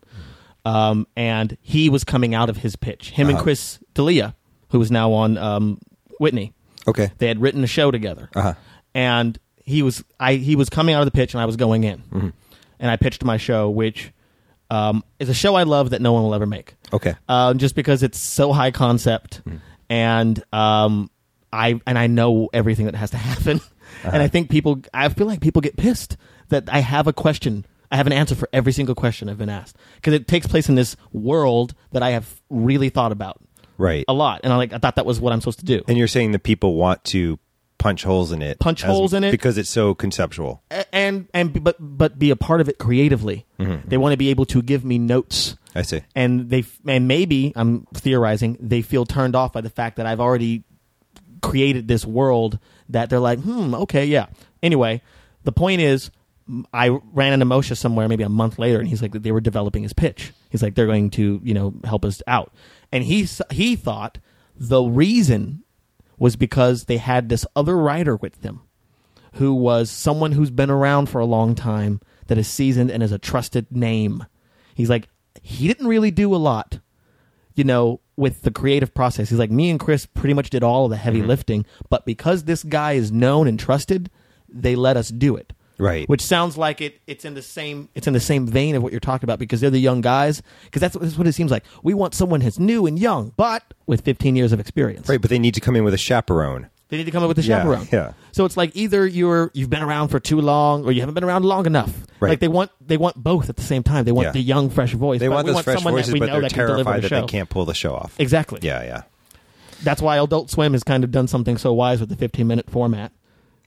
A: um, and he was coming out of his pitch. Him and Chris D'elia, who is now on um, Whitney,
B: Okay.
A: they had written a show together,
B: Uh-huh.
A: and he was I he was coming out of the pitch, and I was going in, and I pitched my show, which um, is a show I love that no one will ever make
B: Okay.
A: um, just because it's so high concept, and um, I and I know everything that has to happen, and I think people, I feel like people get pissed that I have a question, I have an answer for every single question I've been asked because it takes place in this world that I have really thought about
B: Right.
A: a lot, and I like I thought that was what I'm supposed to do.
B: And you're saying that people want to punch holes in it.
A: Punch holes in it.
B: because it's so conceptual.
A: A- and and but but be a part of it creatively. They want to be able to give me notes.
B: I see.
A: and they and maybe I'm theorizing they feel turned off by the fact that I've already created this world that they're like, hmm, okay, yeah. Anyway, the point is, m- I ran into Moshe somewhere maybe a month later, and he's like, they were developing his pitch. He's like, they're going to you know help us out, and he s- he thought the reason was because they had this other writer with them who was someone who's been around for a long time that is seasoned and is a trusted name. He's like, he didn't really do a lot, you know, with the creative process. He's like, me and Chris pretty much did all of the
B: Mm-hmm.
A: heavy lifting, but because this guy is known and trusted, they let us do it.
B: Right.
A: Which sounds like it. It's in the same. It's in the same vein of what you're talking about because they're the young guys. Because that's, that's what it seems like. We want someone who's new and young, but with 15 years of experience.
B: Right, but they need to come in with a chaperone.
A: They need to come up with a
B: Yeah,
A: chaperone.
B: yeah.
A: So it's like either you're you've been around for too long or you haven't been around long enough.
B: Right.
A: Like they want they want both at the same time. They want
B: Yeah.
A: the young fresh voice.
B: They
A: but
B: want
A: we
B: those
A: want
B: fresh
A: someone
B: voices,
A: that we
B: but
A: know
B: they're
A: that can deliver
B: terrified
A: the
B: that
A: show.
B: they can't pull the show off.
A: Exactly.
B: Yeah, yeah.
A: That's why Adult Swim has kind of done something so wise with the 15 minute format.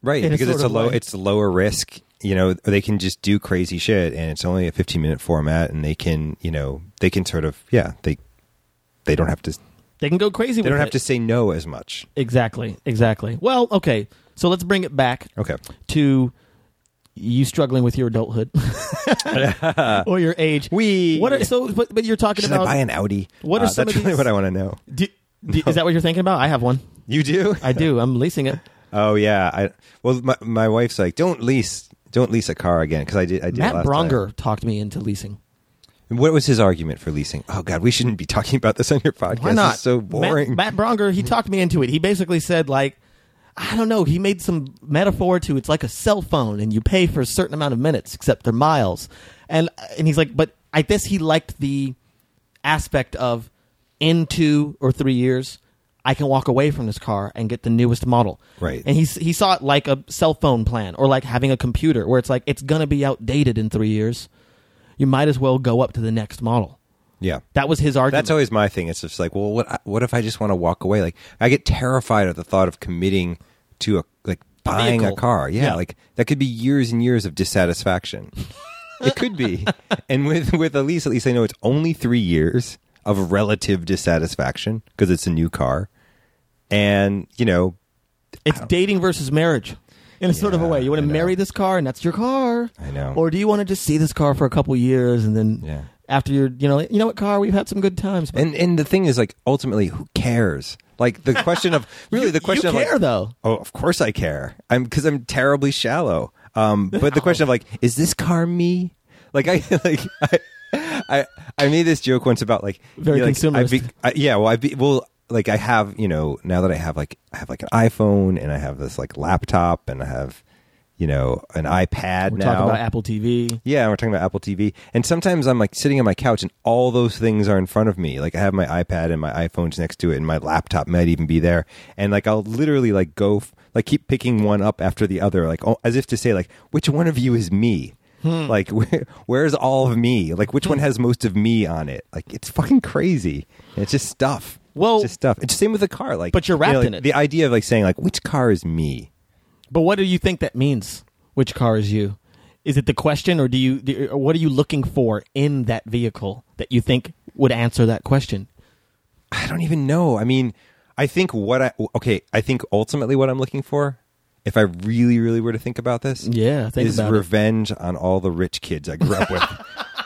B: right
A: in a
B: because it's
A: sort of
B: a low
A: way.
B: it's a lower risk you know they can just do crazy shit and it's only a 15 minute format and they can you know they can sort of yeah they they don't have to
A: They can go crazy.
B: they don't have to say no as much
A: Exactly. Exactly. Well, okay. So let's bring it back
B: okay
A: to you struggling with your adulthood or your age.
B: We-
A: What are, so? But, but you're talking
B: should
A: about.
B: i buy an audi Uh,
A: what are some
B: that's
A: of
B: really
A: these-
B: what i want to know
A: Do- do- Is that what you're thinking about? I have one.
B: you do
A: I do. I'm leasing it.
B: oh yeah i well my, my wife's like don't lease don't lease a car again because i did i did
A: Matt
B: last
A: Bronger talked me into leasing.
B: time. what was his argument for leasing oh god we shouldn't be talking about this on your podcast
A: Why not?
B: it's so boring
A: Matt, Matt Bronger, he talked me into it. He basically said like, I don't know. He made some metaphor to it's like a cell phone, and you pay for a certain amount of minutes, except they're miles. And and he's like, but I guess he liked the aspect of in two or three years, I can walk away from this car and get the newest model.
B: Right.
A: And he s- he saw it like a cell phone plan or like having a computer where it's like it's gonna be outdated in three years. You might as well go up to the next model.
B: yeah
A: That was his argument.
B: That's always my thing. It's just like, well, what what if I just want to walk away? Like, I get terrified at the thought of committing to a like buying a
A: vehicle.
B: car. Yeah,
A: Yeah.
B: like that could be years and years of dissatisfaction. it could be. And with with a lease, at least I know it's only three years of relative dissatisfaction because it's a new car, and you know,
A: It's dating versus marriage. In a sort of a
B: Yeah,
A: way, you want
B: I
A: to
B: know.
A: marry this car, and that's your car.
B: I know.
A: Or do you want to just see this car for a couple years, and then
B: Yeah.
A: after you're, you know, like, you know what car we've had some good times. But
B: and and the thing is, like, ultimately, who cares? Like the question of really the question
A: you
B: of like,
A: care though.
B: Oh, of course I care. I'm because I'm terribly shallow. Um, but the question of like, is this car me? Like I like I I, I made this joke once about like
A: Very
B: you know, like,
A: consumerist.
B: I be, I, yeah, well I be, well like I have you know now that I have like I have like an iPhone and I have this like laptop and I have you know, an iPad
A: We're
B: now.
A: talking about Apple TV.
B: Yeah, we're talking about Apple TV. And sometimes I'm like sitting on my couch and all those things are in front of me. Like I have my iPad and my iPhone's next to it and my laptop might even be there. And like I'll literally like go f- like keep picking one up after the other like oh, as if to say like which one of you is me?
A: Hmm.
B: Like where, where's all of me? Like which one has most of me on it? Like it's fucking crazy. And it's just stuff.
A: Well-
B: it's just stuff. It's same with the car like
A: But you're
B: you know,
A: wrapped
B: like,
A: in it.
B: The idea of like saying like which car is me?
A: But what do you think that means? Which car is you? Is it the question, or do you? do- Or what are you looking for in that vehicle that you think would answer that question?
B: I don't even know. I mean, I think what I okay, I think ultimately what I'm looking for, if I really, really were to think about this,
A: Yeah, think
B: is
A: about it.
B: revenge on all the rich kids I grew up with.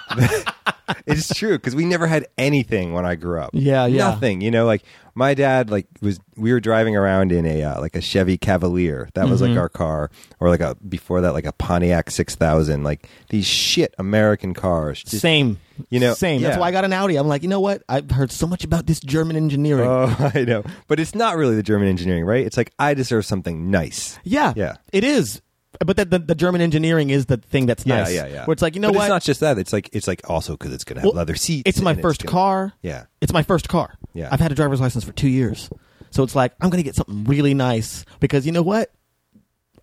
B: it's true because we never had anything when I grew up.
A: Yeah, yeah.
B: nothing. You know, like my dad, like was we were driving around in a uh, like a Chevy Cavalier that was
A: Mm-hmm.
B: like our car, or like a before that like a Pontiac six thousand, like these shit American cars. Just-
A: same,
B: you know,
A: same. That's
B: yeah.
A: why I got an Audi. I'm like, you know what? I've heard so much about this German engineering.
B: Oh, I know, but it's not really the German engineering, right? It's like I deserve something nice.
A: yeah,
B: yeah.
A: it is. But that the, the German engineering is the thing that's nice.
B: Yeah, yeah, yeah.
A: Where it's like, you know
B: But
A: what?
B: It's not just that. It's like it's like also because it's gonna have
A: Well,
B: leather seats.
A: It's my
B: and
A: 1st
B: gonna-
A: car.
B: Yeah.
A: It's my first car.
B: Yeah.
A: I've had a driver's license for two years. So it's like, I'm going to get something really nice because you know what?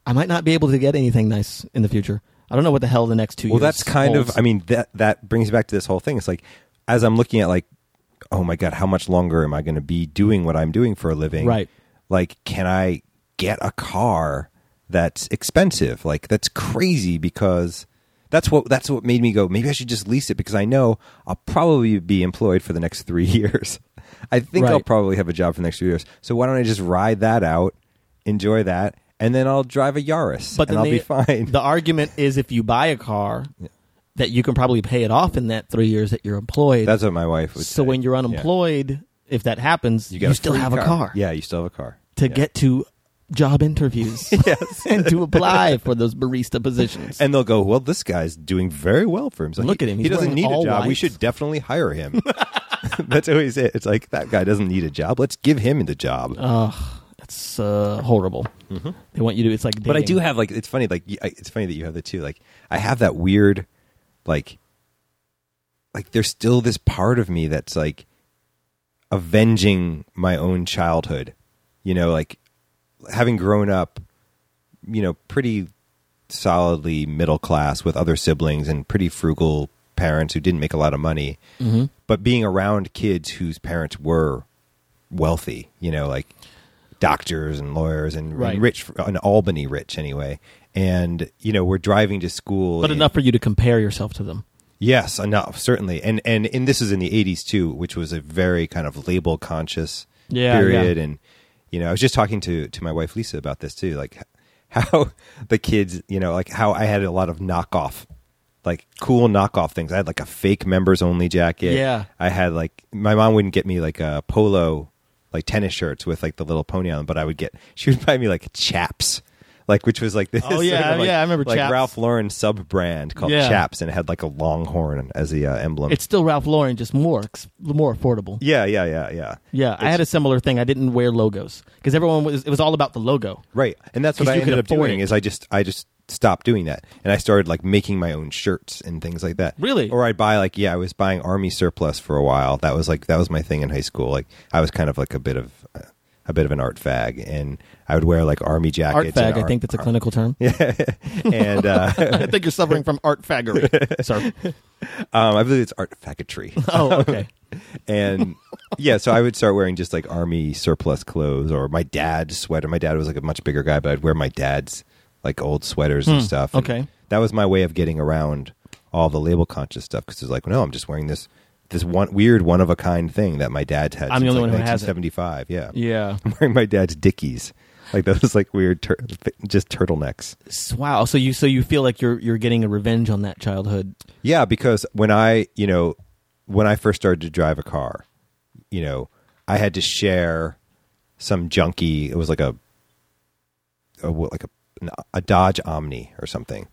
A: I might not be able to get anything nice in the future. I don't know what the hell the next two
B: Well,
A: years.
B: that's kind
A: holds.
B: of. I mean, that that brings back to this whole thing. It's like as I'm looking at like, oh my god, how much longer am I going to be doing what I'm doing for a living?
A: Right.
B: Like, can I get a car that's expensive? Like, that's crazy because. That's what that's what made me go. Maybe I should just lease it because I know I'll probably be employed for the next three years. I think I'll
A: Right.
B: probably have a job for the next three years. So why don't I just ride that out, enjoy that, and then I'll drive a Yaris,
A: but
B: and
A: then
B: I'll
A: the,
B: be fine.
A: The argument is if you buy a car, that you can probably pay it off in that three years that you're employed.
B: That's what my wife would
A: so
B: say.
A: when you're
B: Yeah.
A: unemployed, if that happens, you,
B: got a
A: still
B: free
A: have a car.
B: Yeah, you still have a car.
A: to
B: Yeah.
A: get to job interviews and to apply for those barista positions.
B: And they'll go, well, this guy's doing very well for himself.
A: Look
B: He-
A: at him.
B: He
A: He's
B: doesn't
A: wearing
B: need a
A: all
B: job. We
A: white."
B: should definitely hire him. That's always it. It's like, that guy doesn't need a job. Let's give him the job.
A: It's uh, horrible. They want you to. It's like,
B: Mm-hmm. but I do
A: dating.
B: have, like, it's funny, like, y- I- it's funny that you have the two. Like, I have that weird, like, like there's still this part of me that's like avenging my own childhood. You know, like having grown up, you know, pretty solidly middle class with other siblings and pretty frugal parents who didn't make a lot of money, but being around kids whose parents were wealthy, you know, like doctors and lawyers and,
A: Right.
B: and rich, and Albany rich anyway. And, you know, we're driving to school.
A: but
B: and-
A: enough for you to compare yourself to them.
B: Yes, enough certainly, and and and this is in the '80s too, which was a very kind of label conscious
A: Yeah,
B: period. And you know, I was just talking to to my wife Lisa about this too, like how the kids, you know, like how I had a lot of knockoff, like cool knockoff things. I had like a fake members only jacket.
A: Yeah.
B: I had like my mom wouldn't get me like a polo, like tennis shirts with like the little pony on them, but I would get she would buy me like chaps. Like which was like this.
A: Oh, yeah,
B: sort of, like-
A: yeah, I remember
B: like
A: Chaps.
B: Ralph Lauren sub brand called
A: Yeah.
B: Chaps and it had like a longhorn as the uh, emblem.
A: It's still Ralph Lauren, just more ex- more affordable.
B: yeah, yeah, yeah, yeah.
A: Yeah, I
B: It's-
A: had a similar thing. I didn't wear logos because everyone was. It was all about the logo.
B: right, and that's what
A: 'Cause
B: I
A: you could
B: ended up
A: afford
B: doing
A: it.
B: is I just I just stopped doing that and I started like making my own shirts and things like that.
A: Really?
B: Or I'd buy like yeah, I was buying army surplus for a while. That was like that was my thing in high school. Like I was kind of like a bit of uh, a bit of an art fag, and I would wear like army
A: Art
B: jackets.
A: fag.
B: and
A: I think that's a clinical term.
B: ar- and uh,
A: I think you're suffering from art faggery, sir.
B: um, I believe it's art faggotry.
A: Oh, okay.
B: and yeah, so I would start wearing just like army surplus clothes or my dad's sweater. My dad was like a much bigger guy, but I'd wear my dad's like old sweaters and stuff. And
A: Hmm, okay.
B: that was my way of getting around all the label conscious stuff because it's like, no, I'm just wearing this this one weird one of a kind thing that my dad's had.
A: I'm the
B: since,
A: only
B: like,
A: one who has it.
B: 1975. Yeah,
A: Yeah.
B: I'm wearing my dad's Dickies, like those like weird tur- just turtlenecks.
A: S- Wow. So you so you feel like you're you're getting a revenge on that childhood.
B: Yeah, because when I, you know, when I first started to drive a car, you know, I had to share some junky. It was like a, a what, like a an- a Dodge Omni or something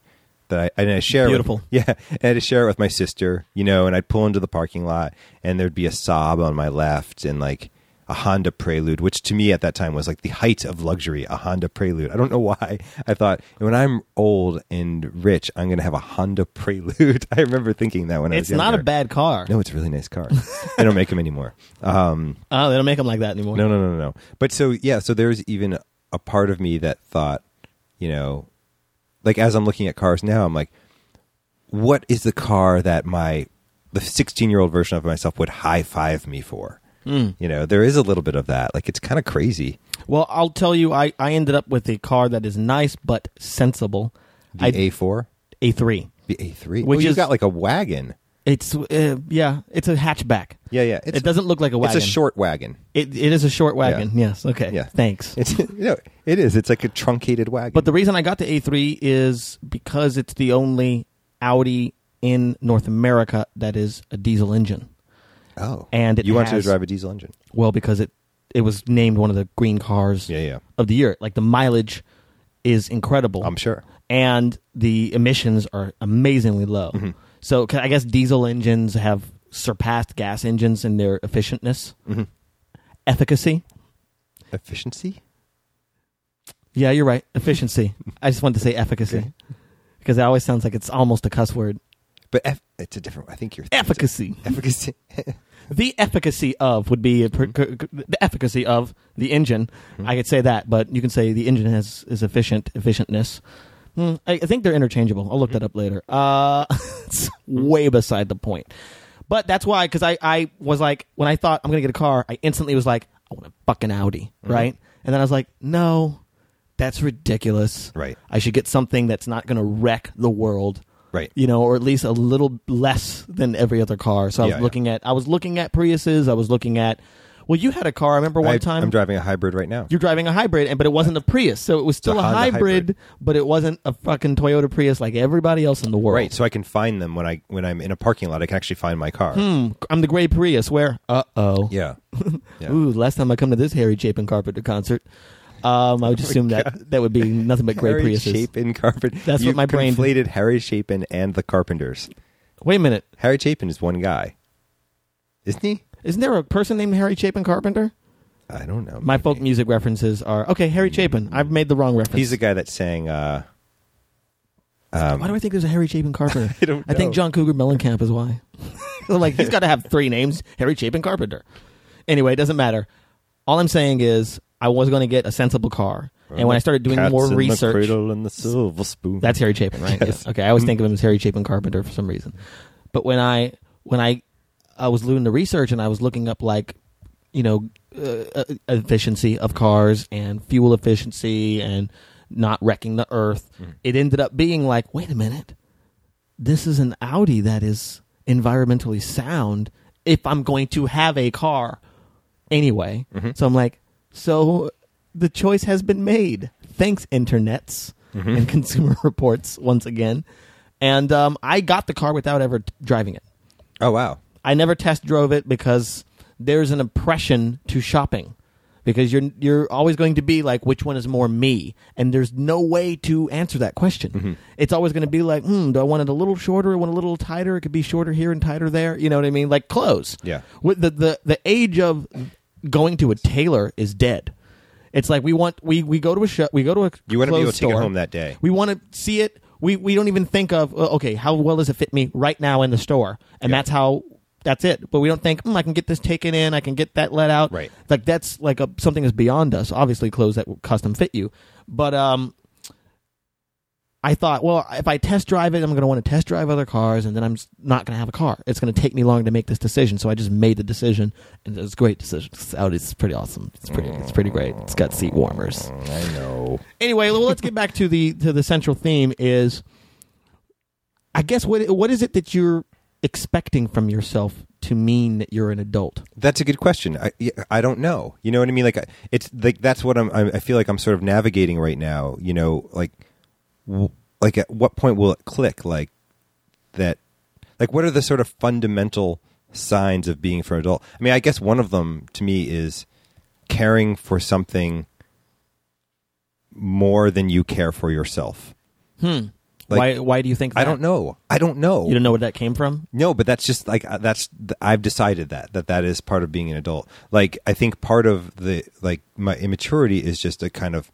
B: that I, and I share. with-
A: Beautiful.
B: yeah, and I had to share it with my sister, you know, and I'd pull into the parking lot, and there'd be a sob on my left, and like a Honda Prelude, which to me at that time was like the height of luxury, a Honda Prelude. I don't know why I thought when I'm old and rich, I'm going to have a Honda Prelude. I remember thinking that when I was
A: It's not a
B: younger.
A: bad car.
B: No, it's a really nice car. they don't make them anymore. Um,
A: Oh, they don't make them like that anymore.
B: no, no, no, no, no. But so yeah, so there's even a part of me that thought, you know, like as I'm looking at cars now, I'm like, what is the car that my the 16 year old version of myself would high five me for?
A: Hmm.
B: You know, there is a little bit of that. Like it's kind of crazy.
A: Well, I'll tell you, I, I ended up with a car that is nice but sensible.
B: The
A: I-
B: A4,
A: A3.
B: the A3,
A: Which
B: which you
A: is-
B: got like a wagon.
A: It's uh, yeah, it's a hatchback.
B: Yeah, yeah.
A: it doesn't look like a wagon.
B: It's a short wagon.
A: It, it is a short wagon. Yes. Okay.
B: Yeah.
A: Thanks.
B: It's you know, it is. It's like a truncated wagon.
A: But the reason I got the A3 is because it's the only Audi in North America that is a diesel engine.
B: oh,
A: and it
B: you wanted
A: has-
B: to drive a diesel engine.
A: Well, because it it was named one of the green cars
B: Yeah, yeah.
A: of the year. Like the mileage is incredible.
B: I'm sure.
A: and the emissions are amazingly low. So 'cause I guess diesel engines have surpassed gas engines in their efficientness, efficacy.
B: Mm-hmm. Efficiency.
A: Yeah, you're right. Efficiency. I just wanted to say efficacy because it always sounds like it's almost a cuss word.
B: But eff- it's a different. I think you're
A: Efficacy.
B: Efficacy.
A: The efficacy of would be a per, c-
B: Mm-hmm.
A: c- the efficacy of the engine. I could say that, but you can say the engine has is efficient efficientness. Hmm, I, I think they're interchangeable. I'll look that up later. Uh, it's
B: Mm-hmm.
A: way beside the point. But that's why, because I, I was like, when I thought I'm gonna get a car, I instantly was like, I want a fucking Audi,
B: Mm-hmm.
A: right? And then I was like, no, that's ridiculous.
B: Right.
A: I should get something that's not gonna wreck the world
B: right.
A: you know, or at least a little less than every other car. So I was
B: Yeah, yeah.
A: looking at, I was looking at Priuses. I was looking at, well, you had a car. I remember one
B: I,
A: time
B: I'm driving a hybrid right now.
A: you're driving a hybrid, and but it wasn't a Prius, so it was still a,
B: Honda
A: hybrid,
B: hybrid.
A: but it wasn't a fucking Toyota Prius like everybody else in the world.
B: right. So I can find them when I when I'm in a parking lot. I can actually find my car.
A: I'm the gray Prius. Where? Uh oh.
B: Yeah. Yeah.
A: Ooh, last time I come to this Harry Chapin Carpenter concert, um, I would assume that that would be nothing but gray
B: Oh Harry
A: Priuses.
B: Chapin Carpenter.
A: That's what
B: You've
A: my brain-
B: conflated Harry Chapin and the Carpenters.
A: Wait a minute,
B: Harry Chapin is one guy, isn't he?
A: isn't there a person named Harry Chapin Carpenter?
B: I don't know.
A: My
B: maybe.
A: folk music references are okay. Harry Chapin. I've made the wrong reference.
B: He's the guy that sang. Uh,
A: Why do I think there's a Harry Chapin Carpenter?
B: I don't
A: think
B: know.
A: John Cougar Mellencamp is why. I'm like, he's got to have three names Harry Chapin Carpenter. Anyway, it doesn't matter. All I'm saying is, I was going to get a sensible car. And when I started doing
B: Cats
A: more
B: in the
A: research,
B: cradle and the silver spoon.
A: that's Harry Chapin, right?
B: Yes.
A: Yeah. Okay, I always think of him as Harry Chapin Carpenter for some reason. But when I when I I was doing the research and I was looking up like you know uh, uh, efficiency of cars and fuel efficiency and not wrecking the earth,
B: Mm-hmm.
A: it ended up being like, wait a minute, this is an Audi that is environmentally sound. If I'm going to have a car anyway, so I'm like, so the choice has been made. Thanks, internets and Consumer Reports once again. And um, I got the car without ever t- driving it.
B: oh wow.
A: I never test drove it because there's an impression to shopping because you're you're always going to be like which one is more me and there's no way to answer that question.
B: Mm-hmm.
A: It's always going to be like, hmm, do I want it a little shorter, I want it a little tighter, it could be shorter here and tighter there, you know what I mean? Like clothes.
B: Yeah.
A: With the the the age of going to a tailor is dead. It's like we want we we go to a show, we go to a
B: You want to be able
A: clothes
B: to take it
A: store.
B: home that day.
A: We want to see it. We we don't even think of uh, okay, how well does it fit me right now in the store, and that's how that's it. But we don't think mm, I can get this taken in, I can get that let out.
B: Right.
A: Like that's like a, something is beyond us. Obviously, clothes that will custom fit you, but um. I thought, well, if I test drive it, I'm going to want to test drive other cars, and then I'm s- not going to have a car. It's going to take me long to make this decision. So I just made the decision, and it was a great decision. This Audi's pretty awesome. It's pretty, it's pretty great. It's got seat warmers
B: I know.
A: anyway, well, let's get back to the to the central theme is I guess what what is it that you're expecting from yourself to mean that you're an adult?
B: That's a good question. I yeah, I don't know. You know what I mean? Like I- it's like that's what I'm. I'm- I feel like I'm sort of navigating right now. You know, like w- like at what point will it click? Like that. Like what are the sort of fundamental signs of being for an adult? I mean, I guess one of them to me is caring for something more than you care for yourself. Like,
A: why why do you think that?
B: I don't know. I don't know.
A: You don't know where that came from?
B: No, but that's just like uh, that's I've decided that that that is part of being an adult. Like I think part of the like my immaturity is just a kind of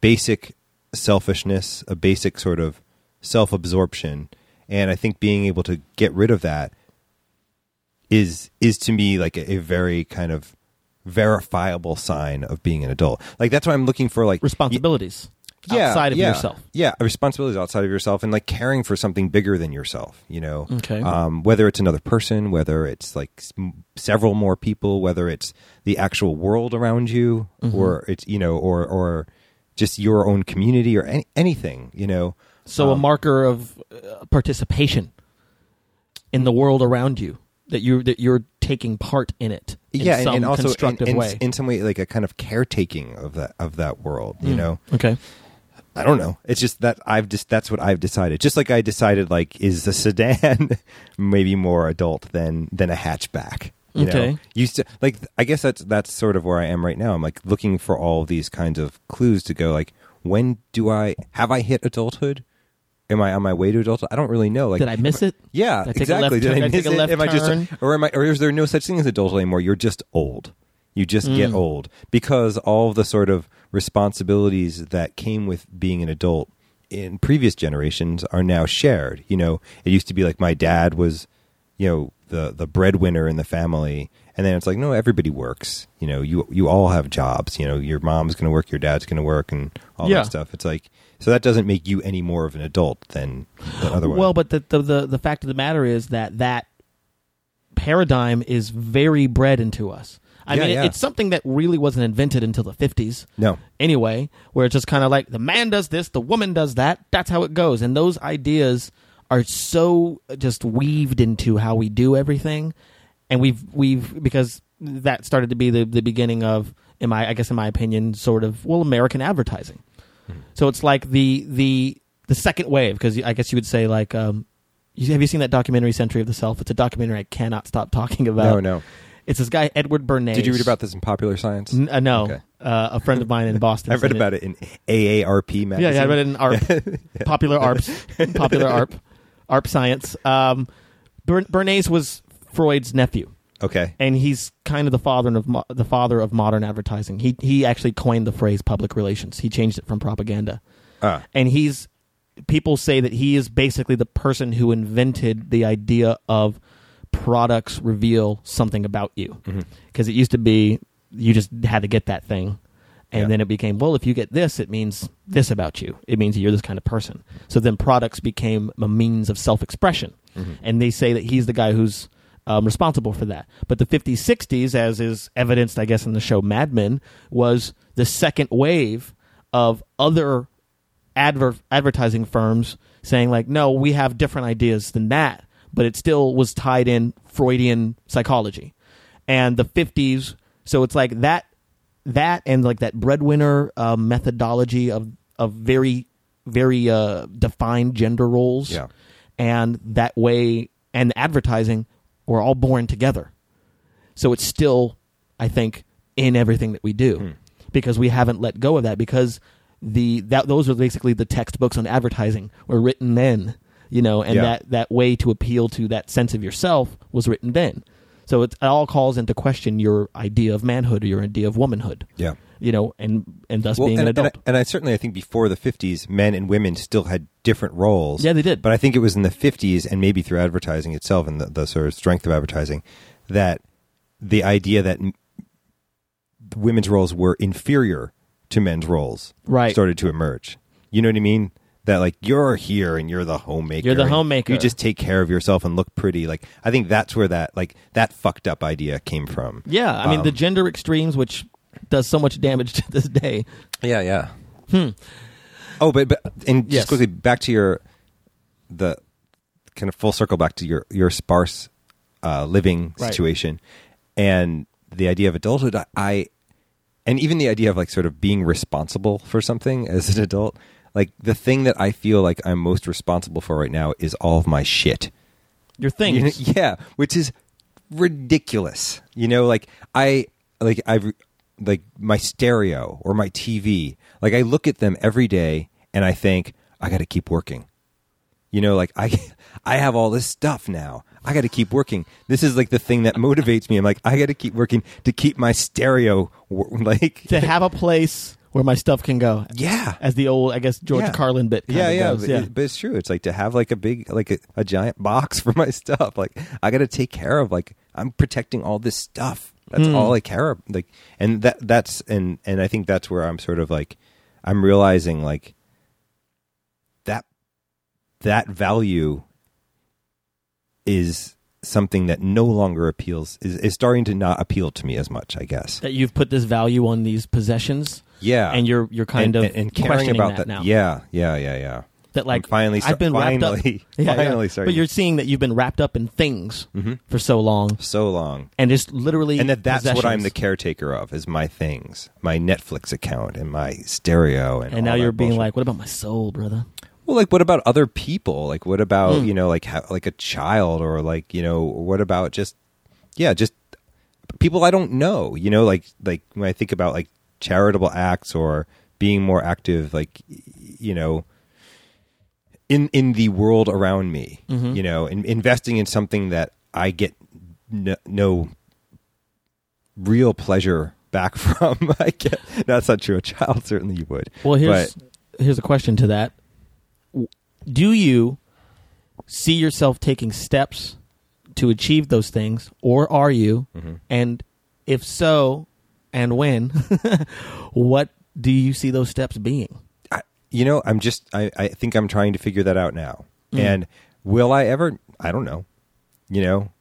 B: basic selfishness, a basic sort of self-absorption, and I think being able to get rid of that is is to me like a, a very kind of verifiable sign of being an adult. Like that's why I'm looking for like
A: Responsibilities outside of
B: yeah,
A: yourself.
B: Yeah, responsibilities outside of yourself and like caring for something bigger than yourself, you know?
A: Okay.
B: Um, whether it's another person, whether it's like s- m- several more people, whether it's the actual world around you
A: Mm-hmm.
B: or it's, you know, or, or just your own community or any, anything, you know?
A: So
B: Um,
A: a marker of uh, participation in the world around you that you that you're taking part in it. In
B: yeah, and-
A: some
B: and, also in-
A: constructive
B: in,
A: way.
B: in some way, like a kind of caretaking of that of that world,
A: Mm.
B: you know.
A: okay,
B: I don't know. It's just that I've just that's what I've decided. Just like I decided, like is the sedan maybe more adult than than a hatchback. You
A: Okay.
B: Know? Used to like I guess that's that's sort of where I am right now. I'm like looking for all these kinds of clues to go like when do I have I hit adulthood? Am I on my way to adulthood? I don't really know. Like
A: did I miss it?
B: Yeah,
A: Did I take a
B: exactly.
A: left
B: Did
A: turn?
B: I
A: Did I
B: miss
A: take a
B: it?
A: left
B: am I
A: turn?
B: just or am I or is there no such thing as adult anymore? You're just old. You just get
A: Mm.
B: old because all of the sort of responsibilities that came with being an adult in previous generations are now shared. You know, it used to be like my dad was, you know, the the breadwinner in the family, and then it's like no, everybody works. You know, you you all have jobs. You know, your mom's going to work, your dad's going to work, and all
A: Yeah.
B: that stuff. It's like so that doesn't make you any more of an adult than, than otherwise.
A: Well, but the, the the the fact of the matter is that that paradigm is very bred into us. I
B: Yeah,
A: mean, it-
B: yeah.
A: it's something that really wasn't invented until the fifties.
B: no.
A: anyway, where it's just kind of like the man does this, the woman does that. That's how it goes. And those ideas are so just weaved into how we do everything. And we've we've because that started to be the the beginning of in my I guess in my opinion sort of well American advertising.
B: Hmm.
A: So it's like the the the second wave because I guess you would say like um you, have you seen that documentary Century of the Self? It's a documentary I cannot stop talking about.
B: No, no.
A: It's this guy Edward Bernays.
B: Did you read about this in Popular Science?
A: N- uh, no,
B: Okay.
A: uh, a friend of mine in Boston.
B: I read
A: sent it.
B: about it in AARP magazine.
A: Yeah, yeah, I read it in ARP, popular ARPs, popular ARP, ARP science. Um, Bern- Bernays was Freud's nephew,
B: Okay.
A: and he's kind of the father of mo- the father of modern advertising. He he actually coined the phrase public relations. He changed it from propaganda,
B: Ah.
A: and he's people say that he is basically the person who invented the idea of products reveal something about you
B: Mm-hmm.
A: because it used to be you just had to get that thing and
B: Yeah.
A: then it became well if you get this it means this about you it means you're this kind of person so then products became a means of self-expression Mm-hmm. and they say that he's the guy who's um, responsible for that but the 50s 60s as is evidenced i guess in the show mad men was the second wave of other adver- advertising firms saying like no we have different ideas than that but it still was tied in freudian psychology and the 50s so it's like that that and like that breadwinner uh, methodology of of very very uh, defined gender roles
B: Yeah.
A: and that way and advertising were all born together so it's still, I think, in everything that we do
B: Hmm.
A: because we haven't let go of that because the that those are basically the textbooks on advertising were written then, you know, and
B: Yeah.
A: that that way to appeal to that sense of yourself was written then. So it, it all calls into question your idea of manhood or your idea of womanhood.
B: Yeah.
A: You know, and and thus
B: Well,
A: being
B: and,
A: an adult.
B: And, I, and I certainly I think before the 50s, men and women still had different roles.
A: Yeah, they did.
B: But I think it was in the 50s and maybe through advertising itself and the, the sort of strength of advertising that the idea that m- women's roles were inferior to men's roles
A: Right.
B: started to emerge. You know what I mean? That like you're here and you're the homemaker.
A: You're the
B: and
A: homemaker.
B: You just take care of yourself and look pretty. Like I think that's where that like that fucked up idea came from.
A: yeah, I mean the
B: Um,
A: gender extremes which does so much damage to this day.
B: Yeah, yeah. Oh, but but and
A: Hmm. Yes.
B: just quickly back to your the kind of full circle back to your your sparse uh, living
A: Right.
B: situation and the idea of adulthood. I, I and even the idea of like sort of being responsible for something as an adult. Like the thing that I feel like I'm most responsible for right now is all of my shit.
A: Your things.
B: You know, yeah, which is ridiculous. You know, like I like I've like my stereo or my TV. Like I look at them every day and I think I got to keep working. You know, like I, I have all this stuff now. I got to keep working. This is like the thing that motivates me. I'm like, I got to keep working to keep my stereo wor- like.
A: to have a place where my stuff can go.
B: Yeah.
A: As the old, I guess George
B: Yeah.
A: Carlin bit. kinda
B: yeah, yeah,
A: goes.
B: but,
A: yeah.
B: it- but it's true. It's like to have like a big, like a, a giant box for my stuff. Like I got to take care of. Like I'm protecting all this stuff. That's
A: Hmm.
B: all I care. ab- Like, and that that's and and I think that's where I'm sort of like I'm realizing like that that value is something that no longer appeals is, is starting to not appeal to me as much. I guess.
A: that you've put this value on these possessions,
B: Yeah,
A: and you're you're kind
B: and,
A: of
B: and, and caring
A: questioning
B: about
A: that, now.
B: Yeah, yeah, yeah, yeah.
A: that like
B: I'm finally,
A: I've been
B: finally,
A: wrapped up. Yeah, yeah.
B: finally, starting
A: But you're seeing that you've been wrapped up in things for so long,
B: so long,
A: and just literally,
B: and that that's what I'm the
A: possessions.
B: caretaker of is my things, my Netflix account and my stereo, and
A: And now
B: all that
A: you're being
B: bullshit.
A: like, what about my soul, brother?
B: well, like what about other people? Like what about
A: Hmm.
B: you know, like ha- like a child or like you know, what about just yeah, just people I don't know. You know, like like when I think about like charitable acts or being more active, like y- you know, in in the world around me.
A: Mm-hmm.
B: You know, in, investing in something that I get no, no real pleasure back from. I get no, that's not true. A child certainly you would.
A: Well, here's
B: But-
A: here's a question to that: W- Do you see yourself taking steps to achieve those things, or are you?
B: Mm-hmm.
A: And if so, and when? what do you see those steps being?
B: I, you know, I'm just, I, I think I'm trying to figure that out now.
A: Mm.
B: And will I ever? I don't know. You know,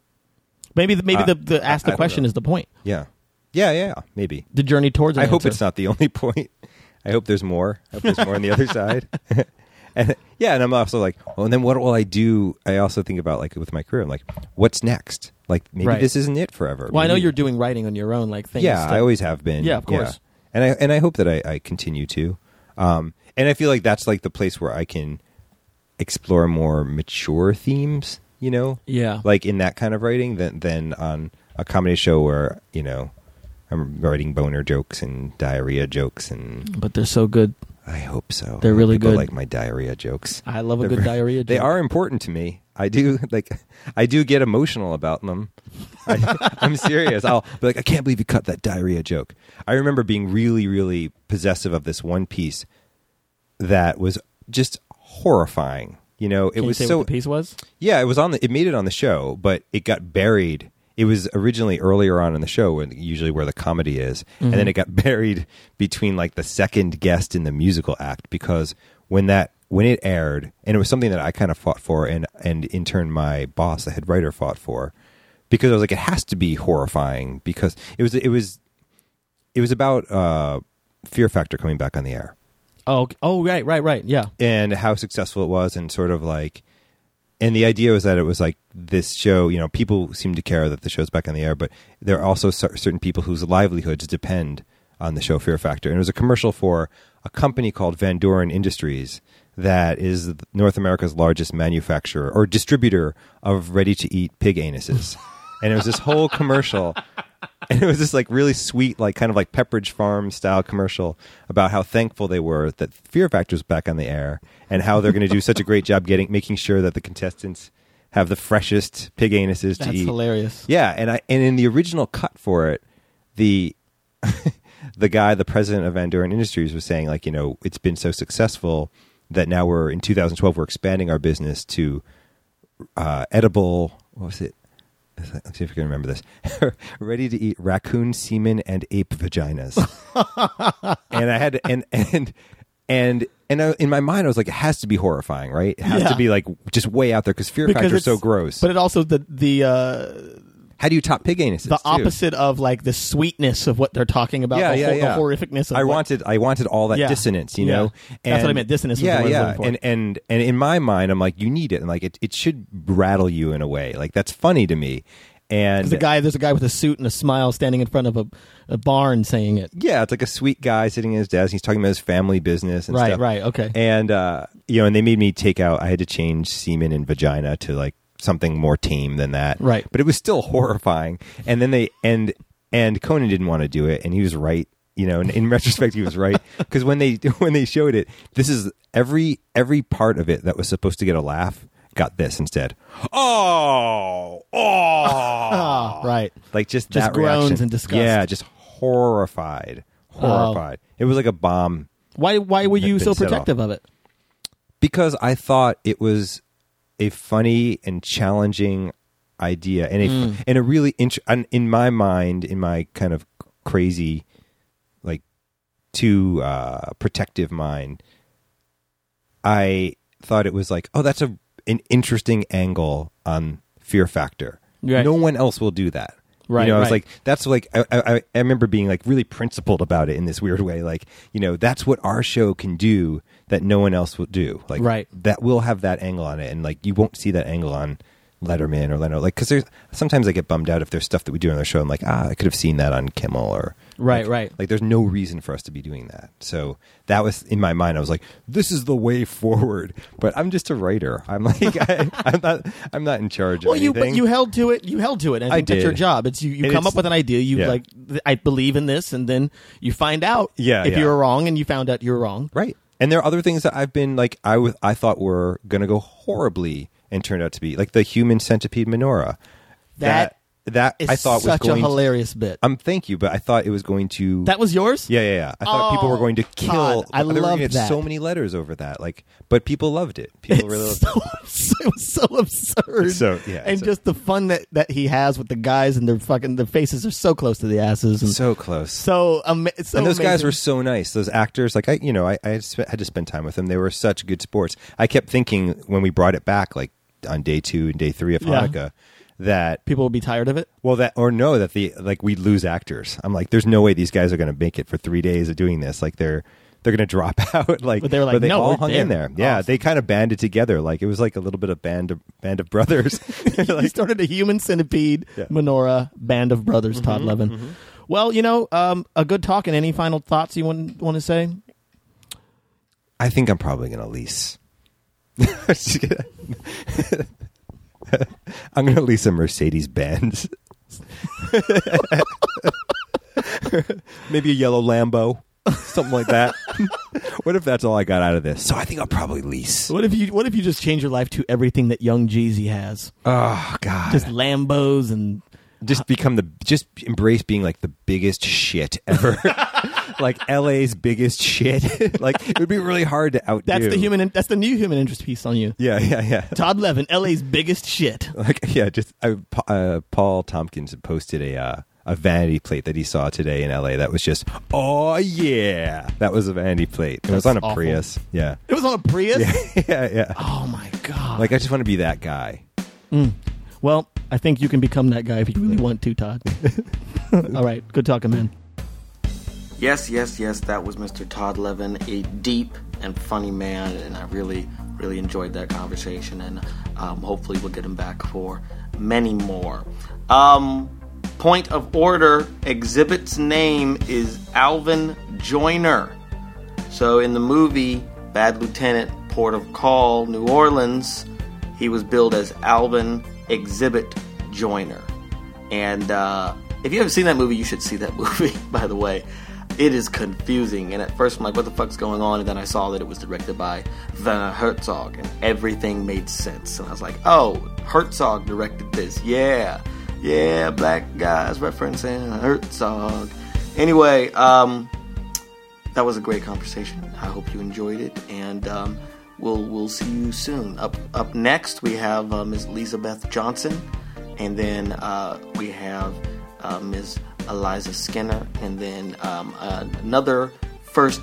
A: Maybe the, maybe
B: Uh,
A: the, the ask the
B: I- I don't
A: question
B: know.
A: is the point.
B: yeah, yeah, yeah, maybe.
A: The journey towards. An
B: I hope
A: answer.
B: it's not the only point. I hope there's more. I hope there's more on the other side. and yeah, and I'm also like, well, and then what will I do? I also think about like with my career. I'm like, what's next? Like maybe
A: Right.
B: this isn't it forever.
A: Well, I know
B: Maybe-
A: you're doing writing on your own, like things.
B: Yeah,
A: that-
B: I always have been.
A: Yeah, of course.
B: And I and I hope that I, I continue to. Um, and I feel like that's like the place where I can explore more mature themes. You know,
A: Yeah.
B: like in that kind of writing than than on a comedy show where you know I'm writing boner jokes and diarrhea jokes, and
A: but they're so good.
B: I hope so.
A: They're really
B: People
A: good.
B: Like my diarrhea jokes.
A: I love a
B: They're
A: good
B: very-
A: diarrhea.
B: They
A: joke.
B: are important to me. I do like, I do get emotional about them. I, I'm serious. I'll be like, I can't believe you cut that diarrhea joke. I remember being really, really possessive of this one piece that was just horrifying. You know, it
A: Can you
B: was
A: say
B: so
A: what the piece was.
B: yeah, it was on the it made it on the show, but it got buried. It was originally earlier on in the show, when- usually where the comedy is, and then it got buried between like the second guest in the musical act because when that when it aired, and it was something that I kind of fought for, and and in turn my boss, the head writer, fought for, because I was like, it has to be horrifying because it was it was it was about uh, Fear Factor coming back on the air
A: Oh, okay. oh, right, right, right. Yeah.
B: and how successful it was and sort of like and the idea was that it was like this show you know people seem to care that the show's back on the air but there are also cer- certain people whose livelihoods depend on the show fear factor and it was a commercial for a company called van doren industries that is north america's largest manufacturer or distributor of ready-to-eat pig anuses and it was this whole commercial and it was this like really sweet, like kind of like Pepperidge Farm style commercial about how thankful they were that Fear Factor was back on the air and how they're going to do such a great job getting making sure that the contestants have the freshest pig anuses to
A: That's
B: eat.
A: hilarious.
B: Yeah, and I and in the original cut for it, the the guy, the president of Van Duren Industries, was saying like, you know, it's been so successful that now we're in 2012 we're expanding our business to uh, edible. What was it? Let's see if I can remember this. Ready to eat raccoon semen and ape vaginas. and I had to, and and and and I, in my mind I was like, it has to be horrifying, right? It has
A: Yeah.
B: to be like just way out there because fear factor is so
A: it's-
B: gross.
A: But it also the the uh,
B: How do you top pig anuses?
A: the
B: too?
A: opposite of like the sweetness of what they're talking about.
B: Yeah,
A: the,
B: yeah,
A: hor-
B: yeah.
A: the horrificness. Of
B: I
A: what-
B: wanted, I wanted all that
A: Yeah.
B: dissonance, you
A: Yeah.
B: know.
A: That's what I meant, dissonance was the
B: Yeah,
A: word I was
B: yeah.
A: looking for.
B: And and and in my mind, I'm like, you need it, and like it, it should rattle you in a way. Like that's funny to me. And
A: There's a guy. There's a guy with a suit and a smile standing in front of a, a barn saying it.
B: yeah, it's like a sweet guy sitting at his desk. He's talking about his family business and
A: Right,
B: stuff.
A: right, okay.
B: And uh, you know, and they made me take out. I had to change semen and vagina to like something more tame than that.
A: Right.
B: But it was still horrifying. And then they and and Conan didn't want to do it, and he was right. You know, and in retrospect, he was right because when they when they showed it, this is every every part of it that was supposed to get a laugh got this instead. Oh, oh,
A: Ah, right.
B: like just
A: Just
B: that
A: groans
B: reaction.
A: and disgust. Oh.
B: Yeah, just horrified, horrified. It was like a bomb
A: Why? Why were you
B: Been
A: so
B: set off.
A: protective of it?
B: because I thought it was a funny and challenging idea, and a
A: Mm.
B: and a really int- and in my mind, in my kind of crazy, like too uh, protective mind, I thought it was like, oh, that's a an interesting angle on Fear Factor.
A: Right.
B: No one else will do that.
A: Right,
B: You know, I was
A: right.
B: like, that's like I, I, I remember being like really principled about it in this weird way. Like, you know, that's what our show can do that no one else will do. Like,
A: Right.
B: That will have that angle on it, and like you won't see that angle on Letterman or Leno. Like, because there's sometimes I get bummed out if there's stuff that we do on their show. I'm like, ah, I could have seen that on Kimmel or
A: Right,
B: like-
A: right.
B: Like, there's no reason for us to be doing that. So that was in my mind. I was like, this is the way forward. But I'm just a writer. I'm like, I, I'm not, I'm not in charge.
A: Well,
B: of
A: you
B: anything.
A: but you held to it. You held to it. And I
B: I
A: think that's your
B: did.
A: job. It's you. You
B: And
A: come
B: it's-
A: up with an idea. You
B: yeah.
A: like. th- I believe in this, and then you find out.
B: Yeah,
A: If
B: yeah.
A: you were wrong, and you found out you were wrong.
B: Right. And there are other things that I've been like I was I thought were going to go horribly and turned out to be like the human centipede menorah.
A: That
B: that,
A: It's
B: I thought was
A: such
B: going
A: a hilarious bit.
B: um thank you, but I thought it was going to
A: that was yours.
B: Yeah, yeah, yeah. I thought people were
A: Oh,
B: going to kill
A: God, I
B: they were gonna
A: love
B: get
A: that.
B: so many letters over that. Like but people loved it. People really loved
A: so, it was so absurd.
B: So, yeah,
A: and
B: so-
A: just the fun that, that he has with the guys and their fucking their faces are so close to the asses
B: it.
A: and so
B: So close.
A: so, ama- so
B: and those guys
A: amazing.
B: were so nice. Those actors, like I, you know, I, I had sp- had to spend time with them. They were such good sports. I kept thinking when we brought it back, like on day two and day three of
A: Yeah.
B: Hanukkah, that
A: people would be tired of it.
B: Well, that or no, that the like we lose actors. I'm like, there's no way these guys are going to make it for three days of doing this. Like they're they're going to drop out. Like,
A: But they were like,
B: they
A: "No,
B: all
A: we're
B: hung in
A: there."
B: there. Yeah,
A: Awesome.
B: they kind of banded together. Like it was like a little bit of band of band of brothers. They're
A: he
B: like,
A: started a human centipede,
B: Yeah. Mm-hmm,
A: menorah, band of brothers, Todd Levin. Well, you know, um, a good talk. And any final thoughts you want want to say?
B: I think I'm probably going to lease. I'm going to lease a Mercedes Benz. Maybe a yellow Lambo, something like that. what if that's all I got out of this? So I think I'll probably lease.
A: What if you What if you just change your life to everything that Young Jeezy has?
B: Oh God!
A: Just
B: Just,
A: Lambos and Uh,
B: become the just embrace being like the biggest shit ever, like LA's biggest shit. like it would be really hard to outdo.
A: that's the human. That's the new human interest piece on you.
B: Yeah, yeah, yeah.
A: Todd Levin, LA's biggest shit.
B: like yeah just I, Pa- uh, paul tompkins had posted a uh, a vanity plate that he saw today in la that was just oh yeah that was a vanity plate it was
A: That's
B: on a
A: awful.
B: prius yeah
A: It was on a Prius.
B: yeah yeah
A: Oh my god!
B: like i just want to be that guy
A: well, I think you can become that guy if you really want to, Todd. All right, good talking, man.
D: Yes, yes, yes, that was Mr. Todd Levin, a deep and funny man, and I really, really enjoyed that conversation, and um, hopefully we'll get him back for many more. Um, point of order Exhibit's name is Alvin Joyner. So in the movie Bad Lieutenant, Port of Call, New Orleans, he was billed as Alvin Exhibit Joyner. And uh, if you haven't seen that movie, you should see that movie, by the way. It is confusing. And at first, I'm like, what the fuck's going on? And then I saw that it was directed by Werner Herzog, and everything made sense. And I was like, oh, Herzog directed this. Yeah. Yeah, black guys referencing Herzog. Anyway, um, that was a great conversation. I hope you enjoyed it, and um, we'll we'll see you soon. Up up next, we have uh, Ms. Elizabeth Johnson, and then uh, we have uh, Ms. Eliza Skinner, and then um, uh, another first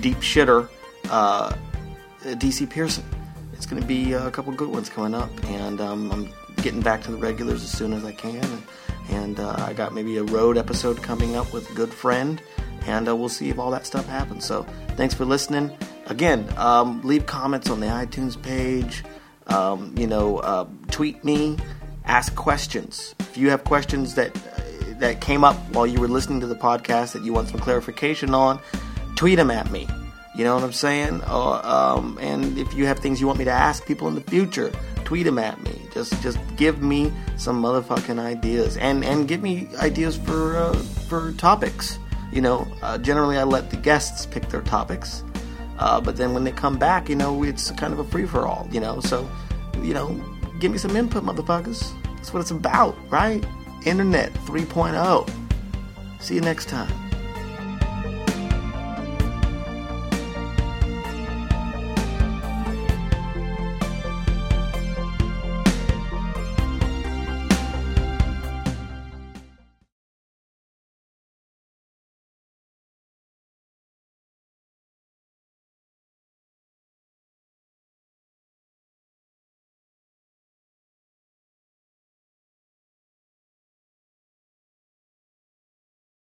D: deep shitter, uh, DC Pearson. It's going to be uh, a couple good ones coming up, and um, I'm getting back to the regulars as soon as I can. And, and uh, I got maybe a road episode coming up with good friend, and uh, we'll see if all that stuff happens. So thanks for listening. Again, um, leave comments on the iTunes page. Um, you know, uh, tweet me, ask questions. If you have questions that uh, that came up while you were listening to the podcast that you want some clarification on, tweet them at me. You know what I'm saying? Or, um, and if you have things you want me to ask people in the future, tweet them at me. Just just give me some motherfucking ideas, and and give me ideas for uh, for topics. You know, uh, generally I let the guests pick their topics, uh, but then when they come back, you know, it's kind of a free for all. You know, so you know, give me some input, motherfuckers. That's what it's about, right? Internet 3.0. oh. See you next time.